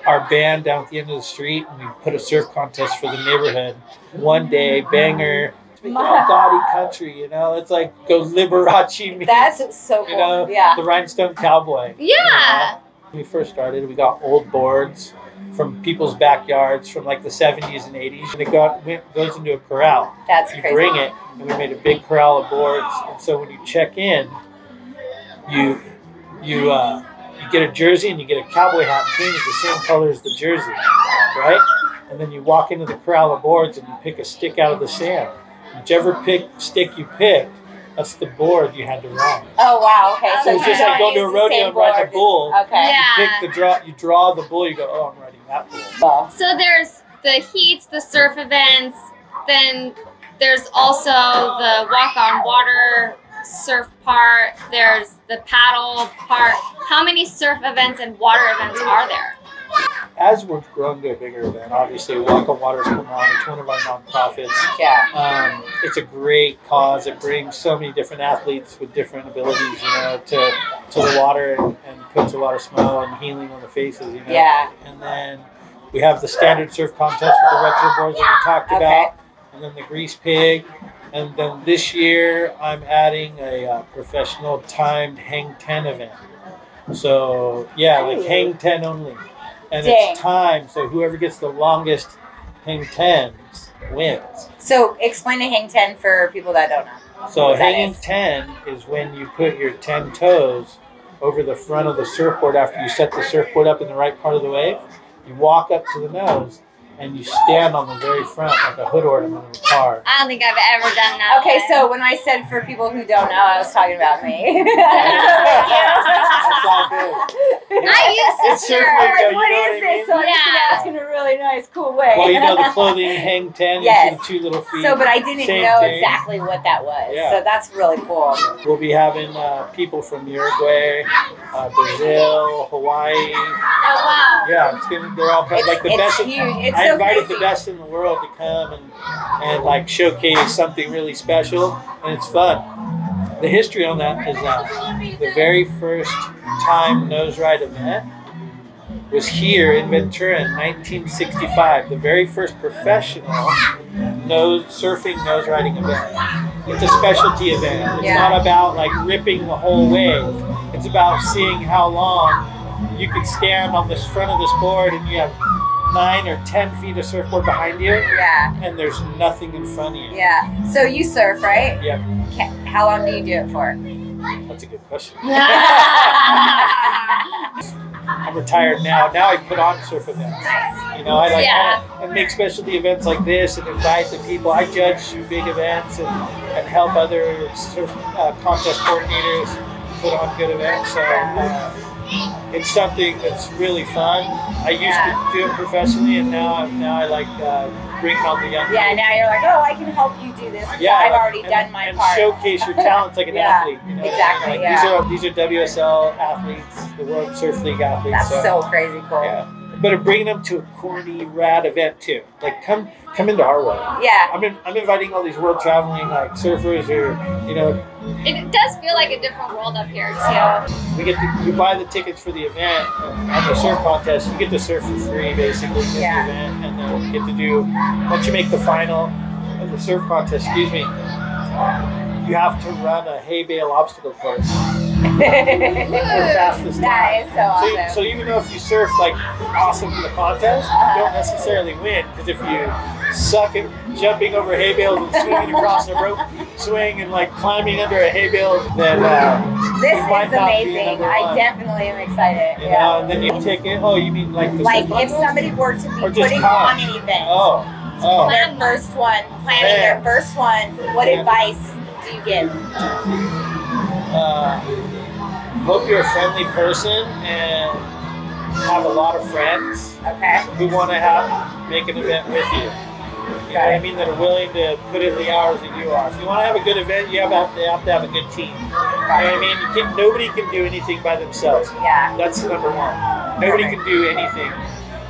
S8: our band down at the end of the street and we put a surf contest for the neighborhood? One day, banger. It's all gaudy country, you know. It's like go Liberace me.
S7: That's so
S8: You know,
S7: cool. Yeah.
S8: the rhinestone cowboy.
S2: Yeah.
S8: When we first started, we got old boards from people's backyards from like the 70s and 80s, and it got went, goes into a corral.
S7: That's
S8: you
S7: crazy.
S8: bring it, and we made a big corral of boards. And so when you check in, you you uh, you get a jersey and you get a cowboy hat painted the same color as the jersey, right? And then you walk into the corral of boards and you pick a stick out of the sand. Whichever pick stick you pick, that's the board you had to ride.
S7: Oh wow. Okay.
S8: So
S7: So,
S8: it's just
S7: you
S8: like going
S7: don't
S8: to a
S7: use the
S8: rodeo
S7: same
S8: and riding a
S7: board.
S8: bull.
S7: Okay.
S8: You
S2: Yeah.
S8: pick the draw. You draw the bull. You go, oh, I'm riding that bull.
S2: So there's the heats, the surf events, then there's also the walk on water surf part, there's the paddle part. How many surf events and water events are there?
S8: As we've grown to a bigger event, obviously Walk on Water's come on. It's one of our nonprofits.
S7: Yeah.
S8: Um, it's a great cause. It brings so many different athletes with different abilities, you know, to to the water and, and puts a lot of smile and healing on the faces, you know.
S7: Yeah.
S8: And then we have the standard surf contest with the retro boards that we talked about, and then the grease pig, and then this year I'm adding a uh, professional timed hang ten event. So yeah, like
S7: Hey.
S8: hang ten only, and
S7: Dang.
S8: it's timed. So whoever gets the longest hang tens wins.
S7: So explain the hang ten for people that don't know.
S8: So
S7: What that
S8: hanging
S7: is.
S8: ten is when you put your ten toes over the front of the surfboard after you set the surfboard up in the right part of the wave. You walk up to the nose and you stand on the very front like a hood ornament of a car.
S2: I don't think I've ever done that.
S7: Okay,
S2: one.
S7: so when I said for people who don't know, I was talking about
S8: (laughs)
S7: me.
S8: That's all good.
S7: (laughs)
S2: I used
S8: It's surf lingo, you
S7: What
S8: know what I
S7: is
S8: mean?
S7: this? So
S2: Yeah.
S7: I was in a really nice, cool way.
S8: Well, you know
S7: (laughs)
S8: the clothing hang ten, you
S7: Yes.
S8: see the two little feet.
S7: So, but I didn't
S8: same
S7: know
S8: thing.
S7: exactly what that was.
S8: Yeah.
S7: So that's really cool.
S8: We'll be having uh, people from Uruguay, uh, Brazil, Hawaii,
S2: Oh wow.
S8: Yeah, it's gonna, they're all
S2: It's-
S8: like the
S2: it's
S8: best. in-
S2: huge. It's
S8: I
S2: so
S8: invited
S2: crazy.
S8: the best in the world to come and and like showcase something really special, and it's fun. The history on that is that the very first time nose ride event was here in Ventura in 1965. The very first professional nose surfing nose riding event. It's a specialty event. It's
S16: Yeah.
S8: not about like ripping the whole wave. It's about seeing how long you can stand on this front of this board and you have nine or ten feet of surfboard behind you.
S7: Yeah.
S8: And there's nothing in front of you.
S7: Yeah. So you surf, right?
S8: Yeah.
S7: Okay. How long do you do it for?
S8: That's a good question. (laughs) I'm retired now. Now I put on surf events. You know, I like
S16: Yeah.
S8: and make specialty events like this and invite the people. I judge big events and, and help other surf uh, contest coordinators put on good events. So uh, it's something that's really fun. I used to do it professionally, and now I'm now I like uh, bring out the young.
S7: Yeah, now you're like, oh, I can help you do this because
S8: Yeah,
S7: I've
S8: like-
S7: already
S8: and-
S7: done my
S8: and
S7: part.
S8: showcase your talents like an
S7: (laughs) Yeah,
S8: athlete. You know?
S7: exactly,
S8: Like,
S7: yeah.
S8: These are these are WSL athletes, the World Surf League athletes.
S7: That's so crazy cool.
S8: Yeah. But I'm bringing them to a corny rad event too. Like come come into our world.
S7: Yeah.
S8: I'm in, I'm inviting all these world traveling like surfers or you know
S2: It does feel like a different world up here too.
S8: we get to, you buy the tickets for the event and at the surf contest you get to surf for free basically at
S7: Yeah.
S8: the event and then you get to do once you make the final of the surf contest excuse me you have to run a hay bale obstacle course
S7: (laughs) that is so awesome.
S8: so, so even though if you surf like awesome in the contest,
S7: Uh-huh.
S8: you don't necessarily win because if you suck at jumping over hay bales and
S11: Uh,
S8: swinging across a rope swing and like climbing under a hay bale, then uh,
S7: this
S8: you might
S7: is
S8: not be
S7: amazing.
S8: number
S7: I
S8: one,
S7: definitely am excited.
S8: You
S7: Yeah.
S8: know, and Uh, then you take it. Oh, you mean like the
S7: Like
S8: surf
S7: if
S8: contest?
S7: somebody were to be
S8: Or just
S7: putting on
S8: college.
S7: an event,
S8: Oh, oh.
S7: their first one, planning their
S8: Man.
S7: first one, what
S8: Man.
S7: advice do you give?
S8: uh, hope you're a friendly person and have a lot of friends who want to have make an event with you. You know what I mean? That are willing to put in the hours that you are. If you want to have a good event, you have to you have to have a good team. You know what I mean? You can't, nobody can do anything by themselves.
S7: Yeah.
S8: That's number one. Nobody can do anything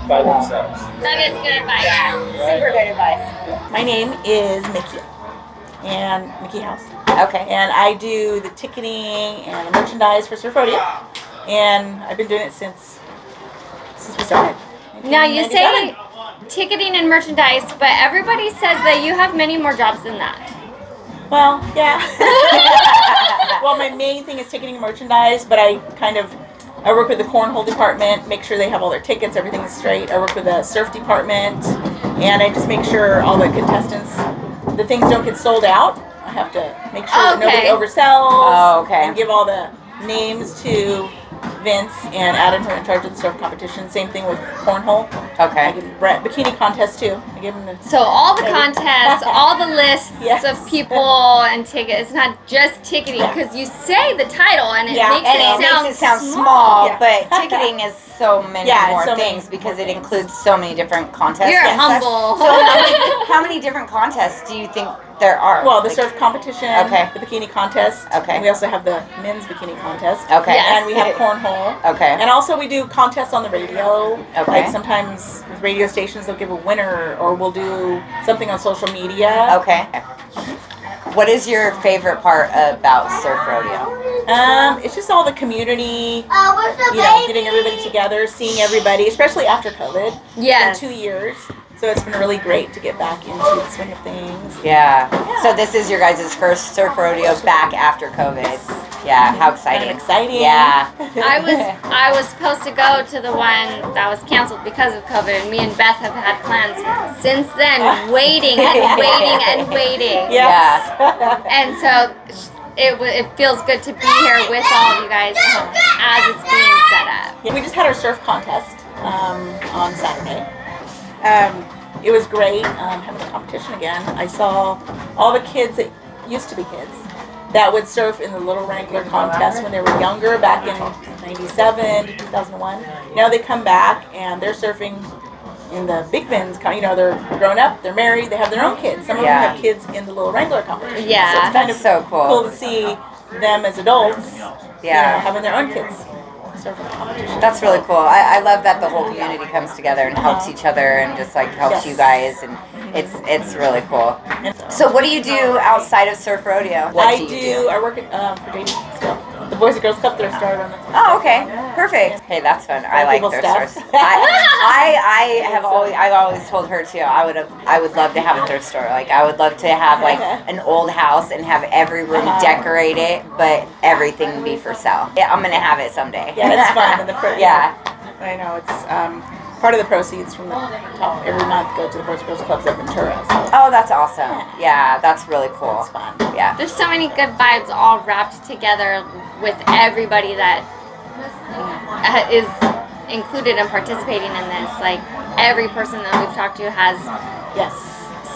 S8: by themselves.
S2: That is good advice.
S7: Super good advice.
S14: My name is Mickey, and Mickey House. Okay. And I do the ticketing and the merchandise for Surf Rodeo, and I've been doing it since since we started.
S2: Now you say
S14: 1997.
S2: ticketing and merchandise, but everybody says that you have many more jobs than that.
S14: Well, yeah. (laughs) well, my main thing is ticketing and merchandise, but I kind of I work with the cornhole department, make sure they have all their tickets, everything's straight. I work with the surf department, and I just make sure all the contestants, the things don't get sold out. I have to make sure that nobody
S7: Okay.
S14: oversells.
S7: Oh, okay.
S14: And give all the names to Vince and Adam, who are in charge of the surf competition. Same thing with cornhole. Okay. I give Brett bikini contest too. I give him the.
S2: So all the
S7: (laughs)
S2: contests, all the lists of people and tickets. It's not just ticketing because you say the title and it
S7: yeah,
S2: makes
S7: and
S2: it
S7: it
S2: sound
S7: makes it sound
S2: small.
S7: small, but (laughs) ticketing is so many
S14: Yeah, it's
S7: more
S14: so many
S7: things because it includes so many different contests.
S14: You're
S7: Yes.
S14: humble.
S7: So how
S14: (laughs)
S7: many, how many different contests do you think there are?
S14: Well, the
S7: Like-
S14: surf competition,
S7: Okay.
S14: the bikini contest.
S7: Okay.
S14: and we also have the men's bikini contest.
S7: Okay. Yes.
S14: And we have cornhole.
S7: Okay.
S14: And also we do contests on the radio.
S7: Okay.
S14: Like sometimes with radio stations they'll give a winner or we'll do something on social media.
S7: Okay. What is your favorite part about surf rodeo?
S14: Um, it's just all the community, you know, getting everybody together, seeing everybody, especially after COVID.
S7: Yes.
S14: Been two years. So it's been really great to get back into the swing of things.
S7: Yeah. So this is your guys' first surf rodeo back after COVID. Yeah. How exciting!
S14: exciting.
S7: Yeah.
S2: I
S7: (laughs)
S2: was I was supposed to go to the one that was canceled because of COVID. Me and Beth have had plans since
S7: (laughs)
S2: then, waiting and waiting and waiting.
S7: Yes. (laughs)
S2: And so it wa- it feels good to be here with all of you guys as it's being set up.
S14: Yeah, we just had our surf contest um, on Saturday. Um, it was great um, having the competition again. I saw all the kids that used to be kids that would surf in the Little Wrangler contest when they were younger back in 97 to 2001. Now they come back and they're surfing in the Big Bends. co- You know, they're grown up, they're married, they have their own kids. Some of
S7: Yeah.
S14: them have kids in the Little Wrangler competition. so
S7: Yeah,
S14: it's kind
S7: that's
S14: of
S7: so cool.
S14: to see them as adults you
S7: Yeah.
S14: know, having their own kids surfing competition.
S7: That's really cool. I, I love that the whole community comes together and
S14: Uh-huh.
S7: helps each other and just like helps you guys and it's it's really cool. So what do you do outside of surf rodeo? What
S14: I
S7: do
S14: do,
S7: you do?
S14: I work at, um, for David still. The Boys and Girls Club thrift store. I run the
S7: Oh, okay, perfect. Hey, that's fun. I
S14: Old
S7: like
S14: people
S7: thrift
S14: stuff. uh,
S7: stores. I, I I have always I've always told her too. I would have I would love to have a thrift store. Like I would love to have
S14: (laughs)
S7: like an old house and have every room
S14: Uh-huh.
S7: decorated, but everything be for sale. Yeah, I'm gonna have it someday.
S14: Yeah, it's
S7: (laughs)
S14: fun. And the pro-
S7: yeah.
S14: I know it's um, part of the proceeds from the top every month go to the Boys and Girls Clubs of Ventura. So.
S7: Oh, that's awesome. Yeah, that's really cool. That's
S14: fun.
S7: Yeah.
S2: There's so many good vibes all wrapped together with everybody that uh, is included in participating in this. Like every person that we've talked to has
S14: yes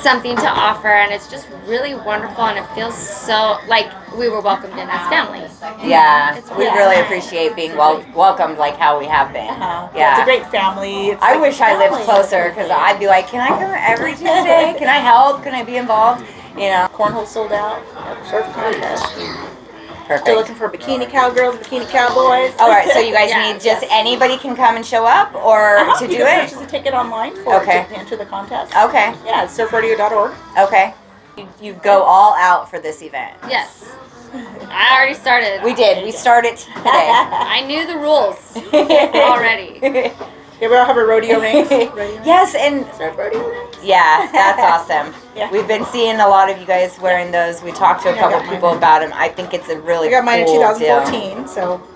S2: something to offer, and it's just really wonderful, and it feels so like we were welcomed in as family.
S1: Yeah,
S2: It's
S1: we
S2: really
S1: really
S2: nice.
S1: appreciate being wel- welcomed like how we have been.
S14: Uh-huh.
S1: Yeah,
S2: It's a
S1: great
S14: family.
S1: I wish I lived closer because I'd be like, can I come every Tuesday? Can I help? Can I be involved? You know,
S14: cornhole sold out. Surf contest.
S1: Perfect.
S14: Still looking for bikini cowgirls, bikini cowboys. (laughs)
S1: All right, so you guys need just anybody can come and show up or
S14: Uh-huh,
S1: to
S14: you
S1: do
S14: can
S1: it.
S14: purchase a ticket online for
S1: Okay.
S14: to enter the contest.
S1: Okay.
S14: Yeah, it's surfradio.org.
S1: Okay, you, you go all out for this event.
S2: Yes. I already started.
S1: We did. We
S14: (laughs)
S1: started today.
S2: I knew the rules already.
S14: (laughs) Yeah, we all have a rodeo ring.
S1: (laughs) yes, and yeah, that's awesome.
S14: (laughs) Yeah.
S1: We've been seeing a lot of you guys wearing those. We talked to a
S14: Yeah, I got
S1: couple people about them. I think it's a really
S14: I got mine in
S1: cool
S14: 2014,
S1: deal.
S14: so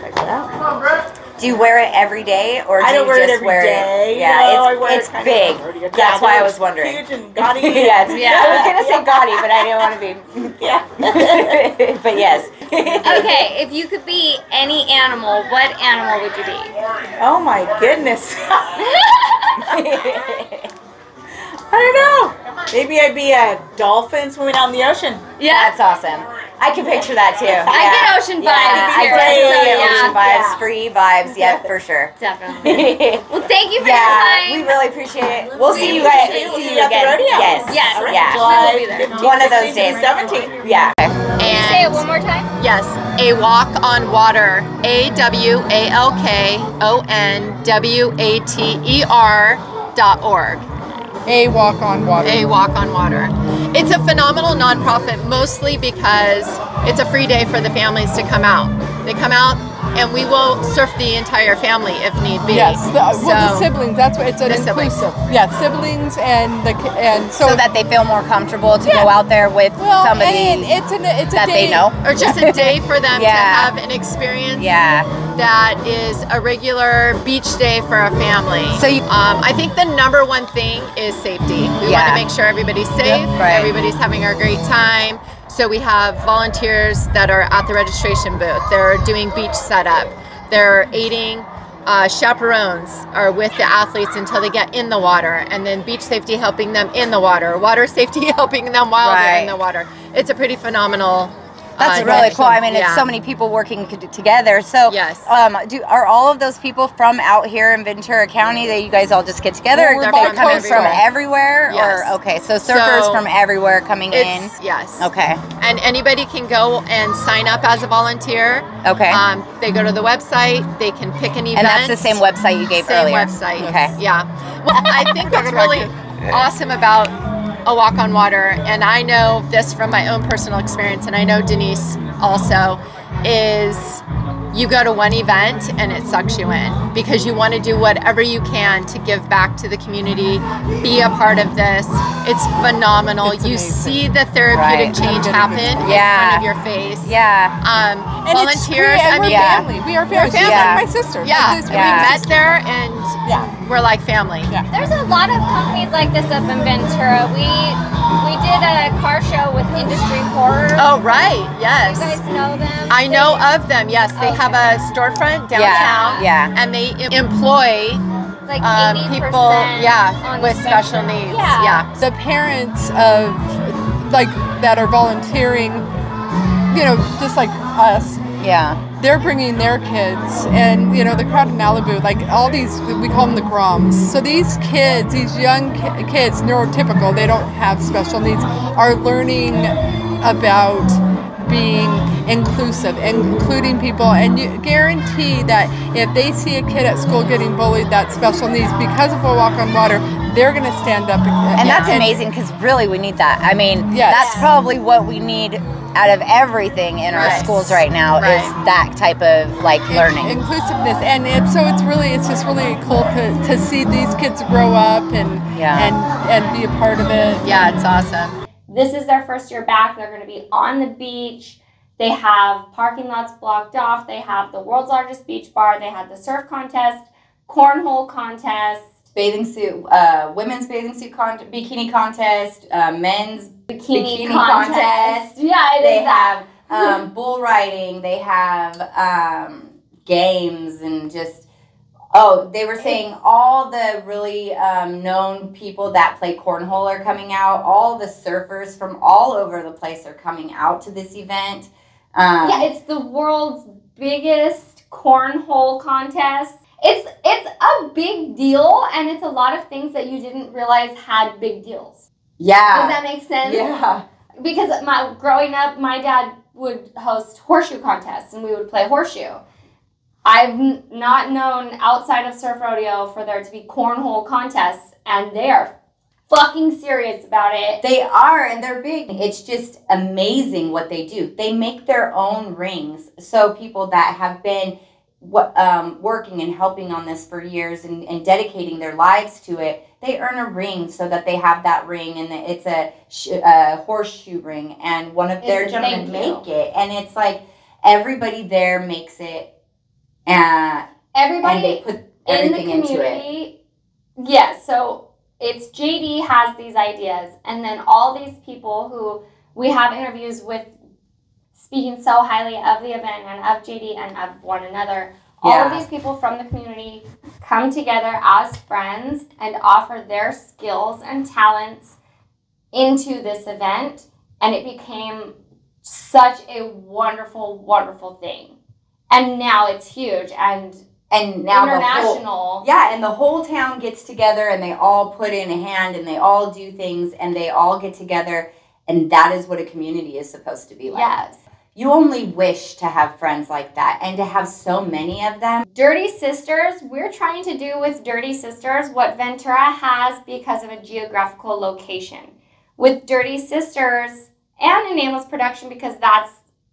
S14: check that out.
S1: Do you wear it every day, or do
S14: I don't
S1: you
S14: wear it
S1: just
S14: every
S1: wear
S14: day.
S1: it? Yeah,
S14: No, I
S1: it's,
S14: wear it
S1: it's
S14: kind of
S1: big.
S14: every day.
S1: That's why I
S14: Yeah,
S1: was wondering.
S14: huge
S1: (laughs)
S14: and gaudy.
S1: yeah, it's-
S14: (laughs) Yeah.
S1: I was gonna say gaudy, but I didn't want to
S14: (laughs)
S1: be. Yeah. (laughs) but yes.
S2: okay, if you could be any animal, what animal would you be?
S14: Oh my goodness. (laughs) I don't know. Maybe I'd be a dolphin swimming out in the ocean.
S2: Yeah.
S1: That's awesome. I can picture that too.
S14: I get
S1: Yeah.
S14: ocean vibes
S1: Yeah,
S14: here,
S1: I definitely
S14: so
S1: get
S14: yeah.
S1: ocean vibes, free vibes. Yeah, for
S14: (laughs)
S1: sure.
S2: Definitely. well, thank you for your
S1: yeah,
S2: time.
S1: We really appreciate it. We'll
S2: We
S1: see you guys.
S2: appreciate it. We'll
S1: See
S2: see
S1: you
S2: you at the
S1: again.
S2: rodeo.
S1: Yes.
S2: Yes. All right.
S1: Yeah.
S2: We will be there.
S1: One of those days.
S14: 17.
S1: Yeah.
S2: And say it one more time.
S4: Yes, a walk on water. A W A L K O N W A T E R dot org.
S19: A walk on water.
S4: A walk on water. It's a phenomenal nonprofit mostly because it's a free day for the families to come out. They come out and we will surf the entire family if need be.
S19: Yes, the, well, the
S4: So-
S19: siblings. That's what it's an
S4: The
S19: inclusive.
S4: siblings.
S19: Yeah, siblings and the ki- and so,
S4: So that
S19: they feel more comfortable to go out there with well,
S4: somebody
S19: And it's an it's a
S4: that
S19: day.
S4: they know, or just a day for them to
S19: Yeah.
S4: have an experience. that is a regular beach day for a family.
S1: So you-
S4: um, I think the number one thing is safety. We want
S1: Yeah.
S4: to make sure everybody's safe,
S1: right.
S4: everybody's having a great time. So we have volunteers that are at the registration booth. They're doing beach setup. They're aiding. Uh, chaperones are with the athletes until they get in the water, and then beach safety helping them in the water, water (laughs) safety helping them while they're in
S1: Right.
S4: the water. It's a pretty phenomenal.
S1: That's
S4: uh,
S1: really cool. I mean,
S4: yeah.
S1: it's so many people working c- together. So, yes. um, do are all of those people from out here in Ventura County that you guys all just get together?
S4: Well, we're
S1: or do they come
S4: bi-coastal.
S1: from everywhere?
S4: Yes.
S1: Or okay, so surfers
S4: So
S1: from everywhere coming in.
S4: It's- Yes.
S1: Okay.
S4: And anybody can go and sign up as a volunteer.
S1: Okay.
S4: Um, they go to the website. They can pick an event.
S1: And that's the same website you gave
S4: Same
S1: earlier.
S4: website.
S1: Okay.
S4: Yeah. Well, I think what's really awesome about a walk on water, and I know this from my own personal experience, and I know Denise also, is you go to one event and it sucks you in because you want to do whatever you can to give back to the community, be a part of this. It's phenomenal. you see the therapeutic
S19: Right.
S4: change happen
S19: Yeah.
S4: in front of your face.
S1: Yeah.
S4: Um,
S19: And it's- we-
S4: volunteers.
S19: and
S4: I
S19: we're
S4: mean,
S19: family. We are family.
S4: Yeah.
S19: Like my sister.
S4: Yeah.
S19: Like this-
S4: We
S19: Yeah.
S4: met there and we're like family. Yeah.
S2: There's a lot of companies like this up in Ventura. We we did a car show with Industry Horror.
S4: Oh right, yes.
S2: You guys know them?
S4: I know of them. Yes, they have a storefront
S2: Yeah,
S4: downtown.
S2: yeah.
S4: And they em- employ
S2: Like
S4: um,
S2: 80%
S4: people. Yeah,
S19: on
S4: with
S19: the
S4: special
S19: spectrum.
S4: needs.
S19: Yeah.
S4: Yeah.
S19: the parents of like that are volunteering, you know, just like us.
S1: Yeah.
S19: They're bringing their kids, and you know the crowd in Malibu, like all these, we call them the Groms. So these kids, these young ki- kids, neurotypical, they don't have special needs, are learning about being inclusive, including people, and you guarantee that if they see a kid at school getting bullied, that special needs because of a walk on water, they're going to stand up.
S1: And that's amazing because really we need that. I mean,
S19: Yes.
S1: that's probably what we need out of everything in our
S19: Right.
S1: schools right now is
S19: Right.
S1: that type of like learning.
S19: inclusiveness and it's so it's really it's just really cool to, to see these kids grow up and
S1: Yeah.
S19: and and be a part of it
S4: yeah it's awesome
S2: This is their first year back. They're going to be on the beach. They have parking lots blocked off. They have the world's largest beach bar. They had the surf contest, cornhole contest.
S1: bathing suit, uh, women's bathing suit con- bikini contest, uh, men's
S2: Bikini contest. Yeah, it
S1: they
S2: is that. (laughs)
S1: have um, bull riding. They have um, games and just Oh, they were saying all the really um, known people that play cornhole are coming out. All the surfers from all over the place are coming out to this event. Um,
S2: yeah, it's the world's biggest cornhole contest. It's it's a big deal, and it's a lot of things that you didn't realize had big deals.
S1: yeah.
S2: Does that make sense?
S1: Yeah.
S2: Because my growing up, my dad would host horseshoe contests, and we would play horseshoe. I've n- not known outside of surf rodeo for there to be cornhole contests, and they are fucking serious about it.
S1: They are, and they're big. It's just amazing what they do. They make their own rings. So people that have been wo- um, working and helping on this for years and, and dedicating their lives to it, they earn a ring so that they have that ring, and that it's a, sh- a horseshoe ring. And one of their
S2: It's a
S1: gentlemen
S2: thank you.
S1: make it, and it's like everybody there makes it. Uh,
S2: Everybody
S1: and they put
S2: in the
S1: everything into it.
S2: community. Yeah, so it's JD has these ideas, and then all these people who we have interviews with speaking so highly of the event and of JD and of one another. All of
S1: Yeah.
S2: these people from the community come together as friends and offer their skills and talents into this event, and it became such a wonderful, wonderful thing. And now it's huge and
S1: and now
S2: international.
S1: The whole, yeah, and the whole town gets together and they all put in a hand and they all do things and they all get together and that is what a community is supposed to be like.
S2: Yes.
S1: You only wish to have friends like that and to have so many of them.
S2: Dirty Sisters, we're trying to do with Dirty Sisters what Ventura has because of a geographical location. With Dirty Sisters and a Nameless Production, because that's,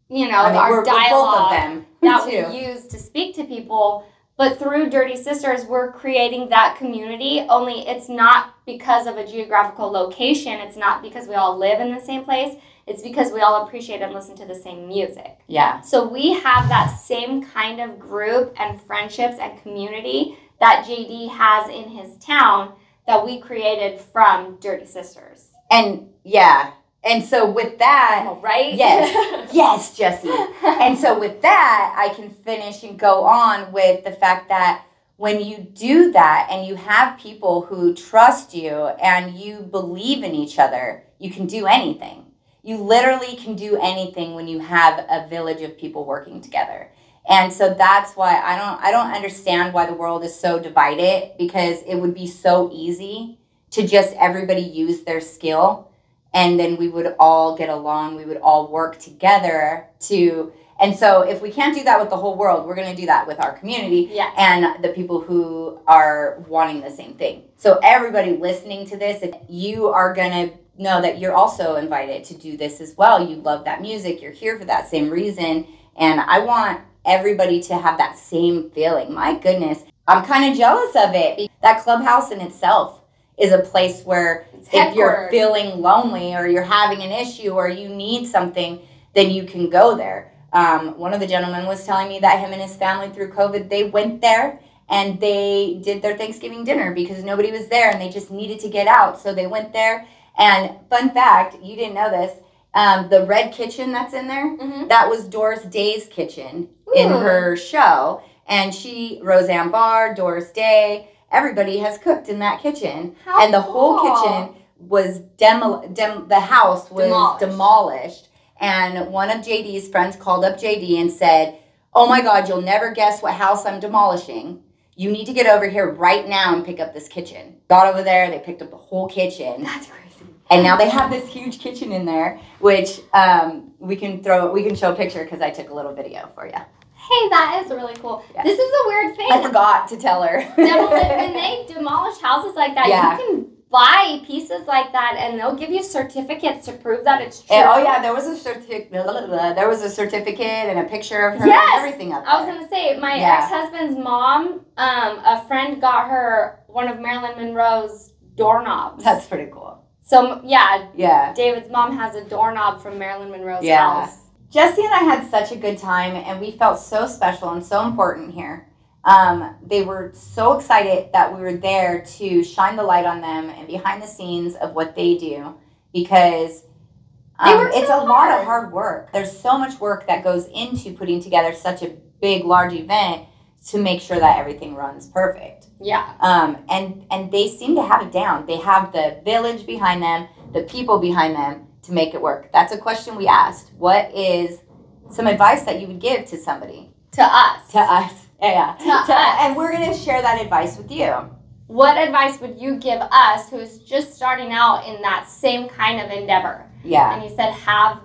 S2: you know,
S1: I mean,
S2: our
S1: we're- we're both of
S2: dialogue
S1: them,
S2: that
S1: too.
S2: we use to speak to people. But through Dirty Sisters, we're creating that community, only it's not because of a geographical location. It's not because we all live in the same place. It's because we all appreciate and listen to the same music.
S1: Yeah.
S2: So we have that same kind of group and friendships and community that JD has in his town that we created from Dirty Sisters.
S1: And yeah. And so with that,
S2: right? (laughs)
S1: Yes. yes, Jesse. And so with that, I can finish and go on with the fact that when you do that and you have people who trust you and you believe in each other, you can do anything. You literally can do anything when you have a village of people working together. And so that's why I don't I don't understand why the world is so divided because it would be so easy to just everybody use their skill and then we would all get along we would all work together to and so if we can't do that with the whole world we're going to do that with our community
S2: Yes.
S1: and the people who are wanting the same thing so everybody listening to this if you are going to know that you're also invited to do this as well you love that music you're here for that same reason and i want everybody to have that same feeling my goodness i'm kind of jealous of it that clubhouse in itself is a place where if you're
S2: headquarters.
S1: feeling lonely or you're having an issue or you need something, then you can go there. Um, one of the gentlemen was telling me that him and his family through COVID, they went there and they did their Thanksgiving dinner because nobody was there and they just needed to get out. So they went there. And fun fact, you didn't know this. Um, the red kitchen that's in there, that was Doris Day's kitchen in
S2: Mm-hmm. Ooh.
S1: her show. And she, Roseanne Barr, Doris Day, everybody has cooked in that kitchen.
S2: How
S1: and the whole
S2: cool.
S1: kitchen was demo dem- the house was demolished.
S2: Demolished.
S1: and one of JD's friends called up JD and said, "Oh my god, you'll never guess what house I'm demolishing. You need to get over here right now and pick up this kitchen." Got over there, they picked up the whole kitchen. That's
S2: crazy.
S1: And now they have this huge kitchen in there, which um, we can throw we can show a picture cuz I took a little video for you.
S2: Hey, that is really cool. This is a weird thing.
S1: I forgot to tell her.
S2: Demo- when they demolish houses like that, you
S1: Yeah.
S2: can buy pieces like that and they'll give you certificates to prove that it's true.
S1: And- oh yeah, there was a certificate. There was a certificate and a picture of her.
S2: Yes!
S1: and everything up.
S2: I was gonna say my
S1: Yeah.
S2: ex-husband's mom. Um, a friend got her one of Marilyn Monroe's doorknobs.
S1: That's pretty cool.
S2: So m- yeah,
S1: Yeah.
S2: David's mom has a doorknob from Marilyn Monroe's
S1: Yeah.
S2: house.
S1: Jesse and I had such a good time, and we felt so special and so important here. Um, they were so excited that we were there to shine the light on them and behind the scenes of what they do because
S2: They
S1: um,
S2: work
S1: it's
S2: so
S1: a lot of
S2: hard.
S1: hard work. There's so much work that goes into putting together such a big, large event. to make sure that everything runs perfect.
S2: Yeah.
S1: Um, and and they seem to have it down. They have the village behind them, the people behind them to make it work. That's a question we asked. What is some advice that you would give to somebody?
S2: To us.
S1: To us. (laughs) Yeah.
S2: To us.
S1: And we're gonna share that advice with you.
S2: What advice would you give us who's just starting out in that same kind of endeavor?
S1: Yeah.
S2: And you said have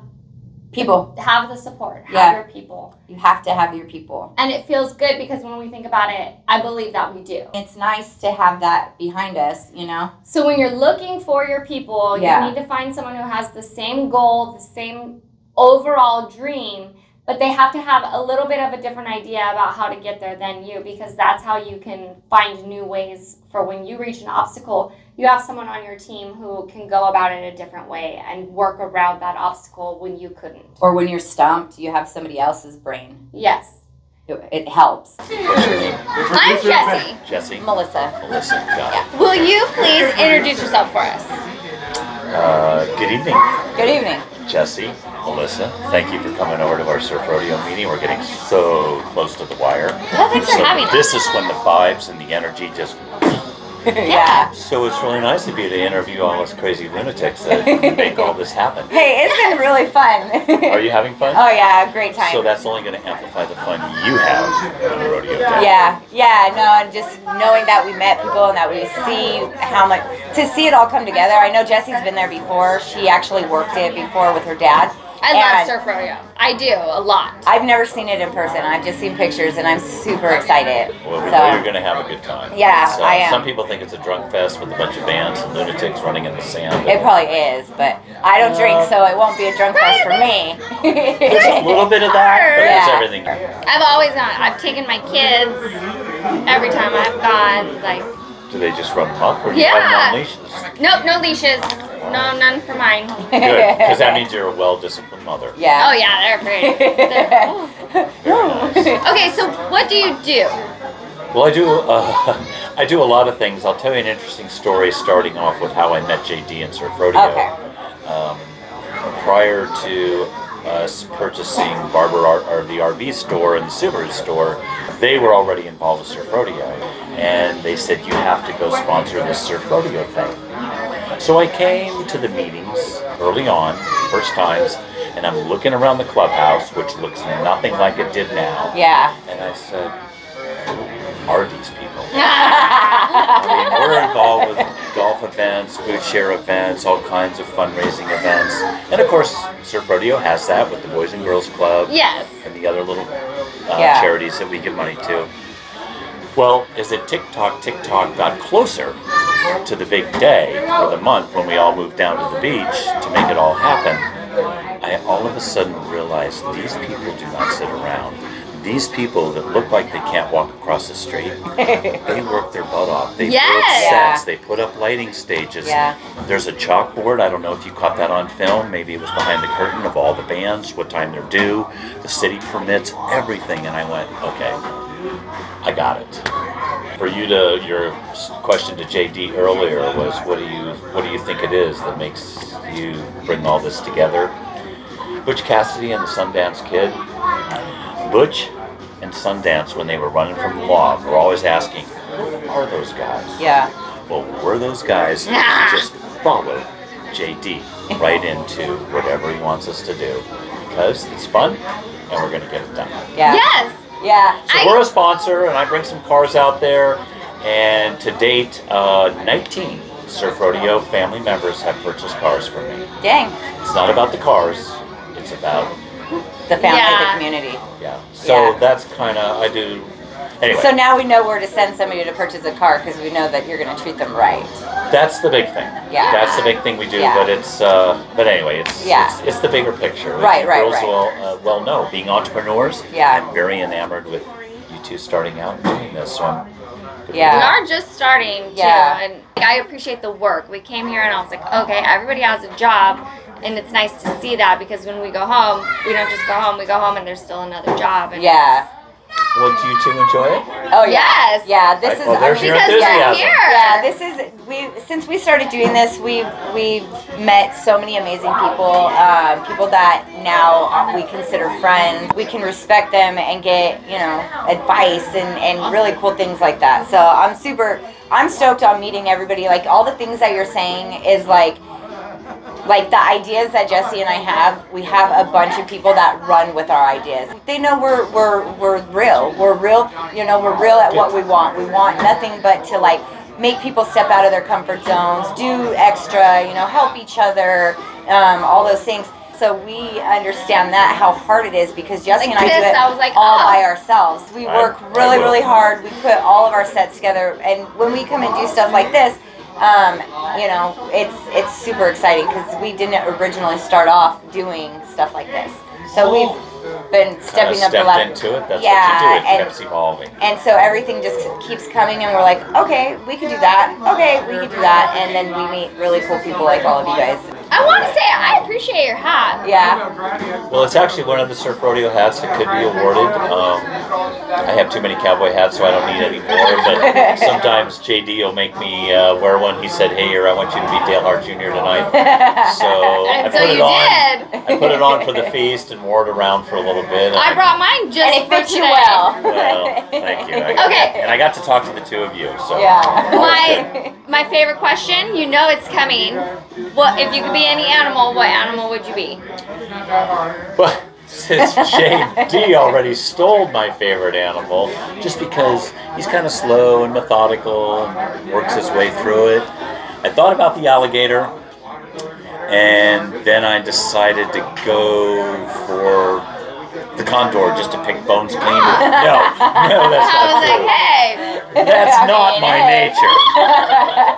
S1: People.
S2: have the support, have
S1: Yeah.
S2: your people.
S1: You have to have your people.
S2: And it feels good because when we think about it, I believe that we do.
S1: It's nice to have that behind us, you know?
S2: So when you're looking for your people,
S1: Yeah.
S2: you need to find someone who has the same goal, the same overall dream, but they have to have a little bit of a different idea about how to get there than you because that's how you can find new ways for when you reach an obstacle. You have someone on your team who can go about it a different way and work around that obstacle when you couldn't.
S1: Or when you're stumped, you have somebody else's brain.
S2: Yes.
S1: It, it helps.
S2: I'm Jessie.
S10: Jesse.
S1: Melissa.
S10: Melissa. Got it.
S2: Will you please introduce yourself for us?
S11: Uh, good evening,
S1: Good evening.
S11: Jesse, Melissa. Thank you for coming over to our surf rodeo meeting. We're getting so close to the wire.
S2: Well, thanks for
S11: so
S2: having us.
S11: This is when the vibes and the energy just.
S1: yeah.
S11: So it's really nice of you to interview all us crazy
S1: (laughs)
S11: lunatics that make all this happen.
S1: Hey, it's been really fun. (laughs)
S11: Are you having fun?
S1: oh yeah, great time.
S11: So that's only going to amplify the fun you have on a rodeo day.
S1: Yeah, yeah, no, and just knowing that we met people and that we see how much to see it all come together. I know Jesse's been there before. She actually worked it before with her dad.
S2: I love
S1: And
S2: surf rodeo. I do a lot.
S1: I've never seen it in person. I've just seen pictures, and I'm super excited.
S11: Well, we know
S1: so
S11: you're going to have a good time.
S1: Yeah,
S11: So,
S1: I am.
S11: Some people think it's a drunk fest with a bunch of bands and lunatics running in the sand.
S1: it probably is, but I don't drink, so it won't be a drunk fest for me.
S11: There's a little bit of that, but it's
S1: Yeah.
S11: everything.
S2: I've always gone. I've taken my kids every time I've gone. Like,
S11: Do they just run pump or do you have them
S2: Yeah.
S11: on leashes?
S2: nope, no leashes. No, none for
S1: (laughs)
S2: mine.
S11: Good, because that means you're a well-disciplined mother.
S2: Oh yeah, they're pretty. They're- oh. (laughs) okay, so what do you do?
S11: Well, I do. Uh, (laughs) I do a lot of things. I'll tell you an interesting story, starting off with how I met JD and Surf Rodeo.
S1: Okay.
S11: Um, prior to us purchasing Barber R- or the RV store and the Subaru store, they were already involved with Surf Rodeo, and they said you have to go sponsor this Surf Rodeo thing. So I came to the meetings early on, first times, and I'm looking around the clubhouse, which looks nothing like it did now.
S1: (laughs) Yeah.
S11: And I said, who are these people? I mean, we're involved with golf events, food share events, all kinds of fundraising events. And of course, Surf Rodeo has that with the Boys and Girls Club
S2: (laughs) Yes.
S11: and the other little uh,
S2: Yeah.
S11: charities that we give money to. Well, as the TikTok TikTok got closer to the big day or the month when we all moved down to the beach to make it all happen, I all of a sudden realized these people do not sit around. These people that look like they can't walk across the street, (laughs) they work their butt off. They
S2: Yes.
S11: build
S2: Yeah.
S11: sets, they put up lighting stages.
S2: Yeah.
S11: There's a chalkboard. I don't know if you caught that on film. Maybe it was behind the curtain of all the bands, what time they're due, the city permits, everything. And I went, okay, I got it. For you to your s- question to JD earlier was what do you what do you think it is that makes you bring all this together? Butch Cassidy and the Sundance Kid. Butch and Sundance when they were running from the law were always asking, who are those guys?
S1: Yeah.
S11: Well, were those
S1: (laughs)
S11: guys
S1: Ah.
S11: just follow JD right into whatever he wants us to do because it's fun and we're going to get it done.
S1: Yeah.
S2: Yes.
S1: Yeah.
S11: So we're a sponsor, and I bring some cars out there. And to date, uh, 19 Surf Rodeo family members have purchased cars from me.
S1: Dang.
S11: It's not about the cars; it's about
S1: The family,
S11: Yeah.
S1: the community.
S11: yeah. So that's kind of I do. Anyway,
S1: So now we know where to send somebody to purchase a car because we know that you're going to treat them right.
S11: that's the big thing.
S1: Yeah.
S11: That's the big thing we do.
S1: Yeah.
S11: But it's uh, but anyway, it's
S1: Yeah.
S11: it's, it's the bigger picture. which
S1: Right,
S11: you
S1: right,
S11: Girls
S1: right.
S11: Well, uh, well know being entrepreneurs.
S1: Yeah.
S11: I'm very enamored with you two starting out and doing this. So I'm
S2: We are just starting too,
S11: Yeah.
S2: and like, I appreciate the work. We came here and I was like, okay, everybody has a job, and it's nice to see that because when we go home, we don't just go home. We go home and there's still another job. And
S1: Yeah.
S11: Well, do you two enjoy it?
S1: Oh yes, yeah. This
S11: Right,
S1: is
S11: well, there's your Because you're enthusiasm. here.
S1: Yeah, this is we. Since we started doing this, we've we've met so many amazing people, uh, people that now we consider friends. We can respect them and get you know advice and and really cool things like that. So I'm super. I'm stoked on meeting everybody. Like all the things that you're saying is like like the ideas that Jesse and I have, we have a bunch of people that run with our ideas. They know we're we're we're real. We're real. You know, we're real at what we want. We want nothing but to like make people step out of their comfort zones, do extra. You know, help each other. Um, all those things. So we understand that how hard it is because Jesse
S2: Like
S1: and I do
S2: this,
S1: it
S2: I was like,
S1: all
S2: oh.
S1: by ourselves. We
S2: I-
S1: work
S2: I
S1: really,
S2: will.
S1: really hard. We put all of our sets together, and when we come and do stuff like this, um, you know, it's it's super exciting because we didn't originally start off doing stuff like this. So we've been stepping up
S11: Oh. Kinda
S1: the
S11: stepped
S1: level.
S11: into it. That's
S1: yeah,
S11: what you do. It
S1: and
S11: keeps evolving.
S1: and so everything just keeps coming, and we're like, okay, we can do that. Okay, we can do that, and then we meet really cool people like all of you guys.
S2: I want to say I appreciate your hat.
S1: Yeah.
S11: Well, it's actually one of the surf rodeo hats that could be awarded. Um, I have too many cowboy hats, so I don't need any more.
S1: (laughs)
S11: But sometimes JD will make me uh, wear one. He said, "Hey, or I want you to be Dale Hart Jr. tonight."
S1: (laughs)
S11: So
S2: (laughs)
S11: I
S2: And so
S11: put it
S2: you
S11: on.
S2: did.
S11: I put it on for the feast and wore it around for a little bit. and-
S2: I brought mine just
S1: And it
S2: for
S1: fits you
S2: today.
S1: well.
S11: Well, thank you. I,
S2: Okay.
S11: And I got to talk to the two of you. So
S2: My my favorite question, you know it's coming. What if you could be any animal? What animal would you
S1: (laughs)
S2: be?
S11: Well, since JD already stole my favorite animal, just because he's kind of slow and methodical, and works his way through it, I thought about the alligator, and then I decided to go for the condor just to pick bones clean.
S2: (laughs) I was like,
S1: (laughs)
S11: No, no, that's not true.
S2: hey.
S11: That's not
S1: (laughs)
S11: my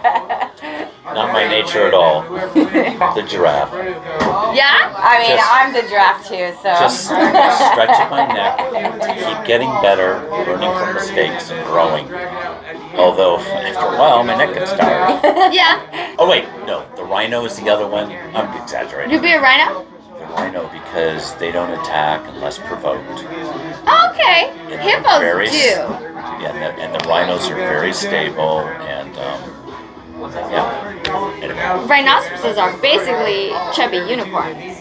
S11: Not my nature at all. The giraffe.
S1: Yeah? I mean,
S11: Just-
S1: I'm the giraffe too, so. (laughs)
S11: Just stretching my neck to keep getting better, learning from mistakes, and growing. Although, after a while, my neck gets tired.
S2: yeah.
S11: Oh, wait, no, the rhino is the other one. I'm
S2: Would you
S11: exaggerating.
S2: be a rhino?
S11: The rhino, because they don't attack unless provoked.
S2: Okay. Hippos
S11: Very
S2: do.
S11: Yeah, and the, and the rhinos are very stable, and, um, yeah. Anyway.
S2: Rhinoceroses are basically chubby unicorns.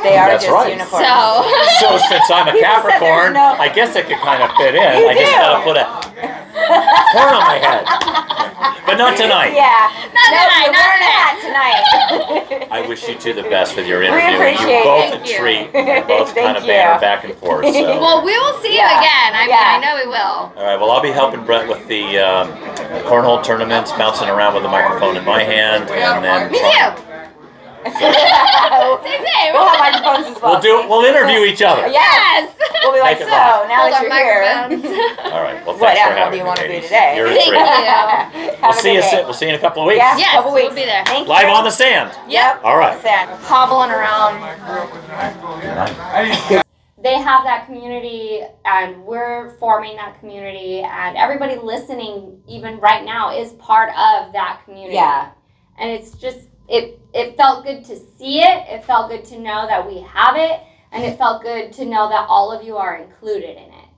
S1: They are
S11: That's
S1: just
S11: right.
S1: unicorns. (laughs)
S11: (laughs) So, since I'm a
S1: People said there's
S11: Capricorn,
S1: no-
S11: I guess I could kind of fit in.
S1: You
S11: I just
S1: do.
S11: gotta put a horn on my head. But not tonight.
S1: Yeah.
S2: Not
S1: no,
S2: tonight,
S1: You're
S2: not
S1: wearing a hat
S2: (laughs)
S1: tonight.
S11: I wish you two the best with your
S1: We
S11: interview.
S1: appreciate
S11: you
S1: it.
S11: both a
S1: Thank you. (laughs)
S11: treat. You're both
S1: Thank
S11: kind of
S1: you.
S11: banter back and forth.
S1: (laughs)
S11: So.
S2: (laughs) Well, we will see you
S1: Yeah.
S2: again. I mean, I
S1: Yeah.
S2: know we will.
S11: All right. Well, I'll be helping Brett with the um, cornhole tournaments, bouncing around with a microphone in my hand, and then
S2: Me too.
S1: (laughs)
S2: Same thing.
S1: we'll have microphones as well.
S11: we'll do. We'll interview each other.
S1: Yes. We'll be like, so
S11: Make it live.
S1: now
S2: Hold
S1: that
S2: our
S1: you're here,
S11: All right. Well,
S1: what
S11: thanks
S1: animal
S11: for having
S1: do you
S11: me,
S1: want to be
S11: ladies.
S1: today?
S11: You're a
S1: (laughs)
S2: Thank
S11: treat.
S1: you.
S11: We'll
S1: (laughs) Have a
S11: see you.
S1: good
S11: soon.
S1: day.
S11: We'll see you in a couple of weeks.
S1: Yeah,
S2: Yes,
S1: couple
S2: we'll
S1: weeks.
S2: be there.
S1: Thank
S11: Live
S1: you.
S11: on the sand.
S1: Yep.
S11: All right.
S1: Sand.
S2: Hobbling
S1: (laughs)
S2: around. They have that community, and we're forming that community, and everybody listening, even right now, is part of that community.
S1: Yeah.
S2: And it's just it it felt good to see it. It felt good to know that we have it, and it felt good to know that all of you are included in it.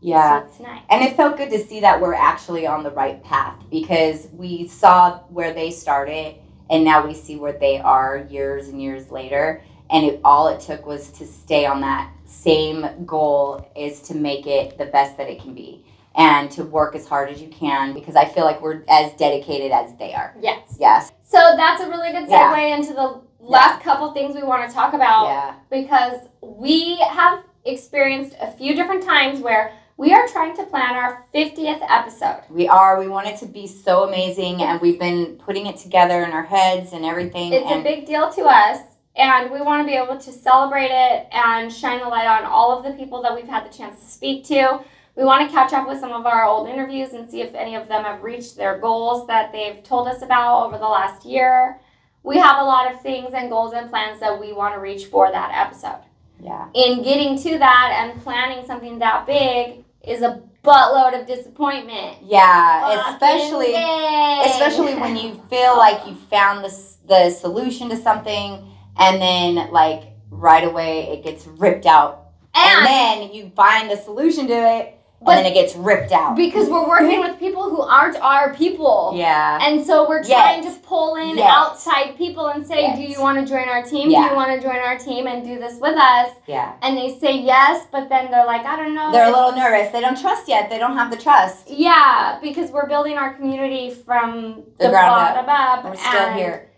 S1: Yeah.
S2: So it's nice.
S1: And it felt good to see that we're actually on the right path because we saw where they started and now we see where they are years and years later. And it, all it took was to stay on that same goal is to make it the best that it can be and to work as hard as you can because I feel like we're as dedicated as they are.
S2: Yes.
S1: Yes.
S2: So that's a really good segue
S1: Yeah.
S2: into the last couple things we want to talk about
S1: Yeah.
S2: because we have experienced a few different times where we are trying to plan our 50th episode.
S1: We are. We want it to be so amazing and we've been putting it together in our heads and everything.
S2: It's
S1: and
S2: a big deal to us and we want to be able to celebrate it and shine the light on all of the people that we've had the chance to speak to. We want to catch up with some of our old interviews and see if any of them have reached their goals that they've told us about over the last year. We have a lot of things and goals and plans that we want to reach for that episode.
S1: yeah.
S2: in getting to that and planning something that big is a buttload of disappoinment.
S1: Yeah, especially
S2: Fucking yay.
S1: especially when you feel like you found the s- the solution to something and then like right away it gets ripped out and then you find the solution to it, and then it gets ripped out.
S2: Because we're working with people who aren't our people.
S1: Yeah.
S2: And so we're
S1: Yet.
S2: trying to pull in
S1: Yet.
S2: outside people and say, Do you want to join our team? Do
S1: Yeah.
S2: you want to join our team and do this with us?
S1: Yeah.
S2: And they say yes, but then they're like, I don't know.
S1: They're a
S2: it's-
S1: little nervous. They don't trust yet. They don't have the trust.
S2: Yeah, because we're building our community from
S1: The
S2: the,
S1: ground
S2: bottom up.
S1: We're still
S2: and-
S1: here.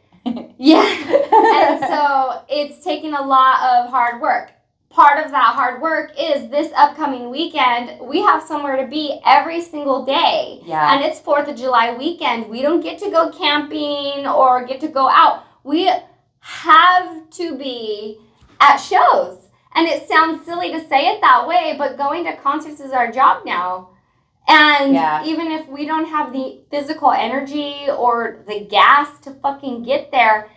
S2: yeah. and so it's taking a lot of hard work. Part of that hard work is this upcoming weekend, we have somewhere to be every single day.
S1: Yeah.
S2: And it's 4th of July weekend. We don't get to go camping or get to go out. We have to be at shows. And it sounds silly to say it that way, but going to concerts is our job now. And
S1: Yeah.
S2: even if we don't have the physical energy or the gas to fucking get there,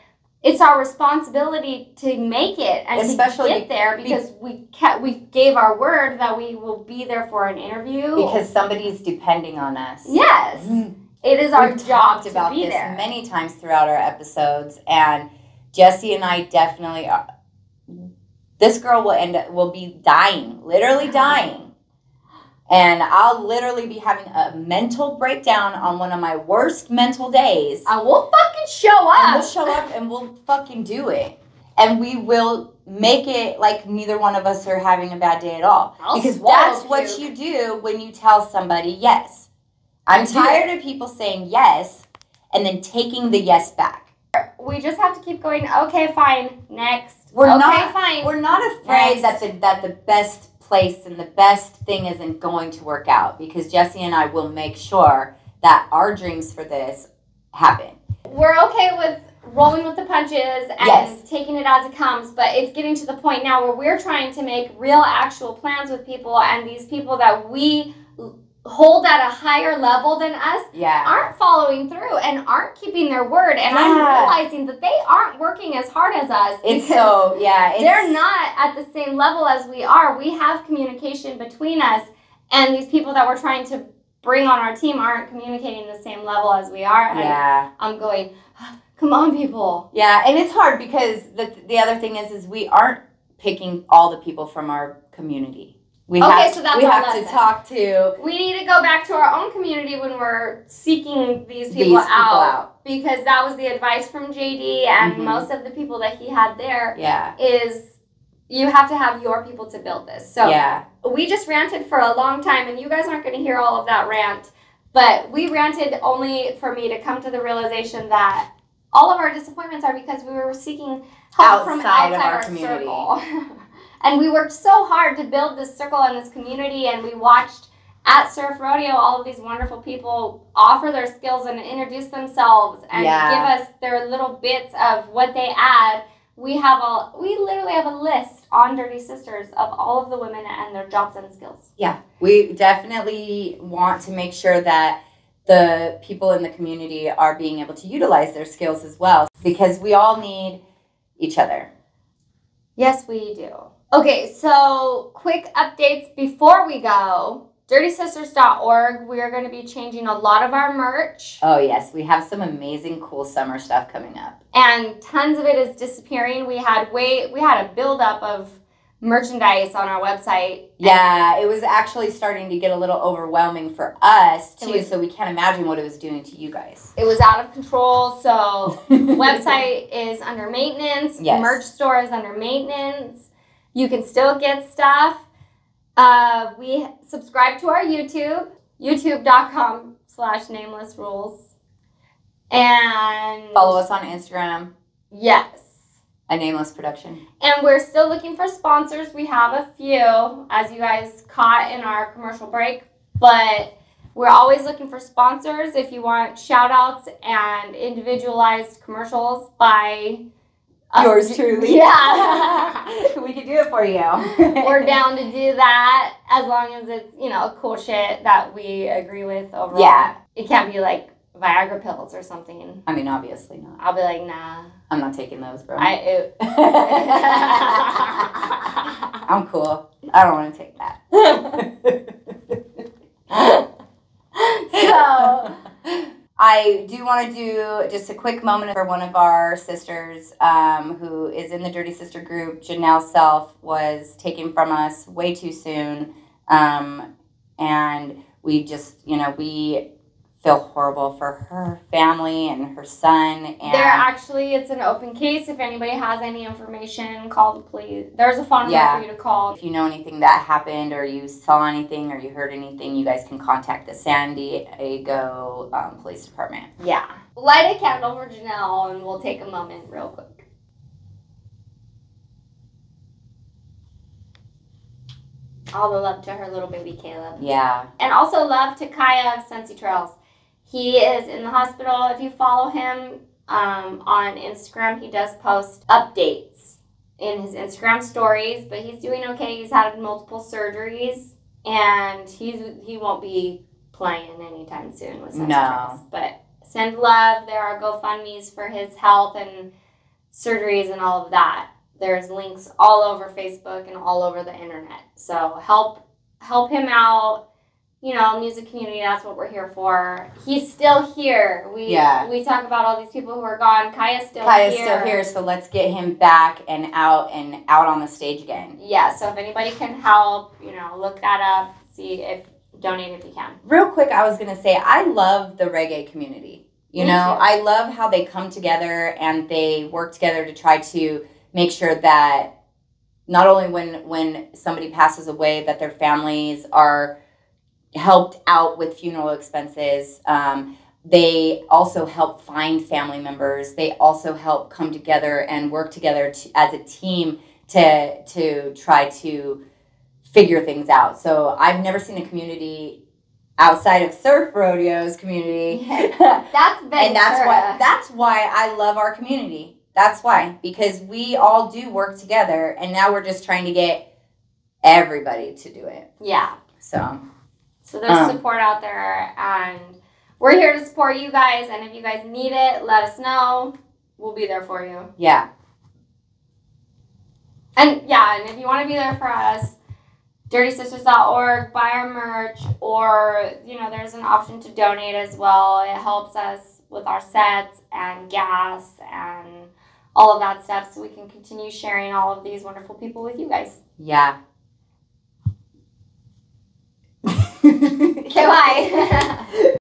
S2: it's our responsibility to make it and
S1: Especially
S2: to get there
S1: be-
S2: because we ca- we gave our word that we will be there for an interview
S1: Because somebody's depending on us. Mm-hmm.
S2: yes, it is our
S1: We've
S2: job
S1: talked
S2: to
S1: about
S2: be
S1: this
S2: there.
S1: many times throughout our episodes, and Jesse and I definitely are. This girl will end up will be dying, literally dying, and I'll literally be having a mental breakdown on one of my worst mental days.
S2: I will fucking show up.
S1: And we'll show up and we'll fucking do it, and we will make it like neither one of us are having a bad day at all.
S2: I'll
S1: because
S2: swallow
S1: that's what you do when you tell somebody yes. I'm
S2: Do
S1: tired of people saying yes and then taking the yes back.
S2: We just have to keep going. Okay, fine. Next.
S1: We're
S2: okay,
S1: not
S2: fine.
S1: we're not afraid that the that the best place and the best thing isn't going to work out because Jesse and I will make sure that our dreams for this happen.
S2: we're okay with rolling with the punches and
S1: Yes.
S2: taking it as it comes, but it's getting to the point now where we're trying to make real, actual plans with people, and these people that we l- hold at a higher level than us
S1: Yeah.
S2: aren't following through and aren't keeping their word. And
S1: Yeah.
S2: I'm realizing that they aren't working as hard as us. because
S1: It's so yeah, it's
S2: they're not at the same level as we are. We have communication between us, and these people that we're trying to bring on our team aren't communicating the same level as we are. And
S1: Yeah.
S2: I'm going, (sighs) come on, people.
S1: Yeah, and it's hard because the the other thing is is we aren't picking all the people from our community. We
S2: Okay,
S1: have
S2: so that's
S1: we
S2: our
S1: have to
S2: lesson.
S1: talk to
S2: We need to go back to our own community when we're seeking these people,
S1: These people out.
S2: because that was the advice from JD and
S1: Mhm.
S2: most of the people that he had there.
S1: Yeah.
S2: Is you have to have your people to build this. So
S1: yeah.
S2: we just ranted for a long time and you guys aren't going to hear all of that rant but we ranted only for me to come to the realization that all of our disappointments are because we were seeking help from
S1: Outside
S2: outside
S1: of our
S2: our,
S1: community.
S2: circle (laughs) and we worked so hard to build this circle and this community and we watched at surf rodeo all of these wonderful people offer their skills and introduce themselves and
S1: Yeah.
S2: give us their little bits of what they add we have a we literally have a list on Dirty Sisters of all of the women and their jobs and skills.
S1: Yeah, we definitely want to make sure that the people in the community are being able to utilize their skills as well because we all need each other.
S2: Yes, we do. Okay, so quick updates before we go. DirtySisters.org, we are going to be changing a lot of our merch,
S1: Oh, yes, we have some amazing, cool summer stuff coming up.
S2: and tons of it is disappearing. We had way we had a buildup of merchandise on our website.
S1: Yeah, it was actually starting to get a little overwhelming for us
S2: It
S1: too,
S2: was-
S1: so we can't imagine what it was doing to you guys.
S2: It was out of control, so website is under maintenance.
S1: Yes.
S2: Merch store is under maintenance. You can still get stuff. Uh, we subscribe to our YouTube, youtube.com slash nameless rules. And
S1: Follow us on Instagram,
S2: Yes.
S1: a nameless production.
S2: And we're still looking for sponsors. We have a few, as you guys caught in our commercial break, but we're always looking for sponsors if you want shout outs and individualized commercials by
S1: Yours (laughs) truly.
S2: (laughs) Yeah.
S1: we could do it for you.
S2: we're down to do that as long as it's, you know, cool shit that we agree with overall.
S1: Yeah.
S2: It can't be like Viagra pills or something.
S1: I mean, obviously not.
S2: I'll be like, nah.
S1: I'm not taking those, bro.
S2: I it,
S1: I'm cool. I don't want to take that.
S2: so
S1: I I do want to do just a quick moment for one of our sisters um, who is in the Dirty Sister group. Janelle Self was taken from us way too soon. Um, and we just, you know, we feel horrible for her family and her son. And
S2: There actually, it's an open case. If anybody has any information, call the police. There's a phone number for you to call.
S1: If you know anything that happened, or you saw anything, or you heard anything, you guys can contact the San Diego um, Police Department.
S2: Yeah. Light a candle for Janelle and we'll take a moment real quick. All the love to her little baby Caleb.
S1: Yeah.
S2: And also love to Kaya of Sensi Trails. He is in the hospital. If you follow him um, on Instagram, he does post updates in his Instagram stories, but he's doing okay. He's had multiple surgeries and he's, he won't be playing anytime soon with Sensi
S1: No.
S2: Trails. But send love. There are GoFundMe's for his health and surgeries and all of that. There's links all over Facebook and all over the internet. So help help him out. You know, music community, that's what we're here for. He's still here. We
S1: Yeah.
S2: we talk about all these people who are gone. Kaya's still
S1: Kaya's
S2: here.
S1: still here, so let's get him back and out and out on the stage again.
S2: Yeah, so if anybody can help, you know, look that up, see if donate if you can.
S1: Real quick, I was gonna say I love the reggae community. You
S2: Me
S1: know,
S2: too.
S1: I love how they come together and they work together to try to make sure that not only when when somebody passes away that their families are helped out with funeral expenses. Um, they also help find family members. They also help come together and work together to, as a team to to try to figure things out. So I've never seen a community outside of surf rodeos community.
S2: (laughs) That's
S1: and that's
S2: Ventura.
S1: why that's why I love our community. That's why because we all do work together, and now we're just trying to get everybody to do it.
S2: Yeah.
S1: So
S2: So there's
S1: Um,
S2: support out there, and we're here to support you guys. And if you guys need it, let us know. We'll be there for you.
S1: yeah,
S2: And yeah, and if you want to be there for us, dirtysisters.org, buy our merch, or you know, there's an option to donate as well. It helps us with our sets and gas and all of that stuff, so we can continue sharing all of these wonderful people with you guys.
S1: yeah.
S2: Okay, bye. (laughs)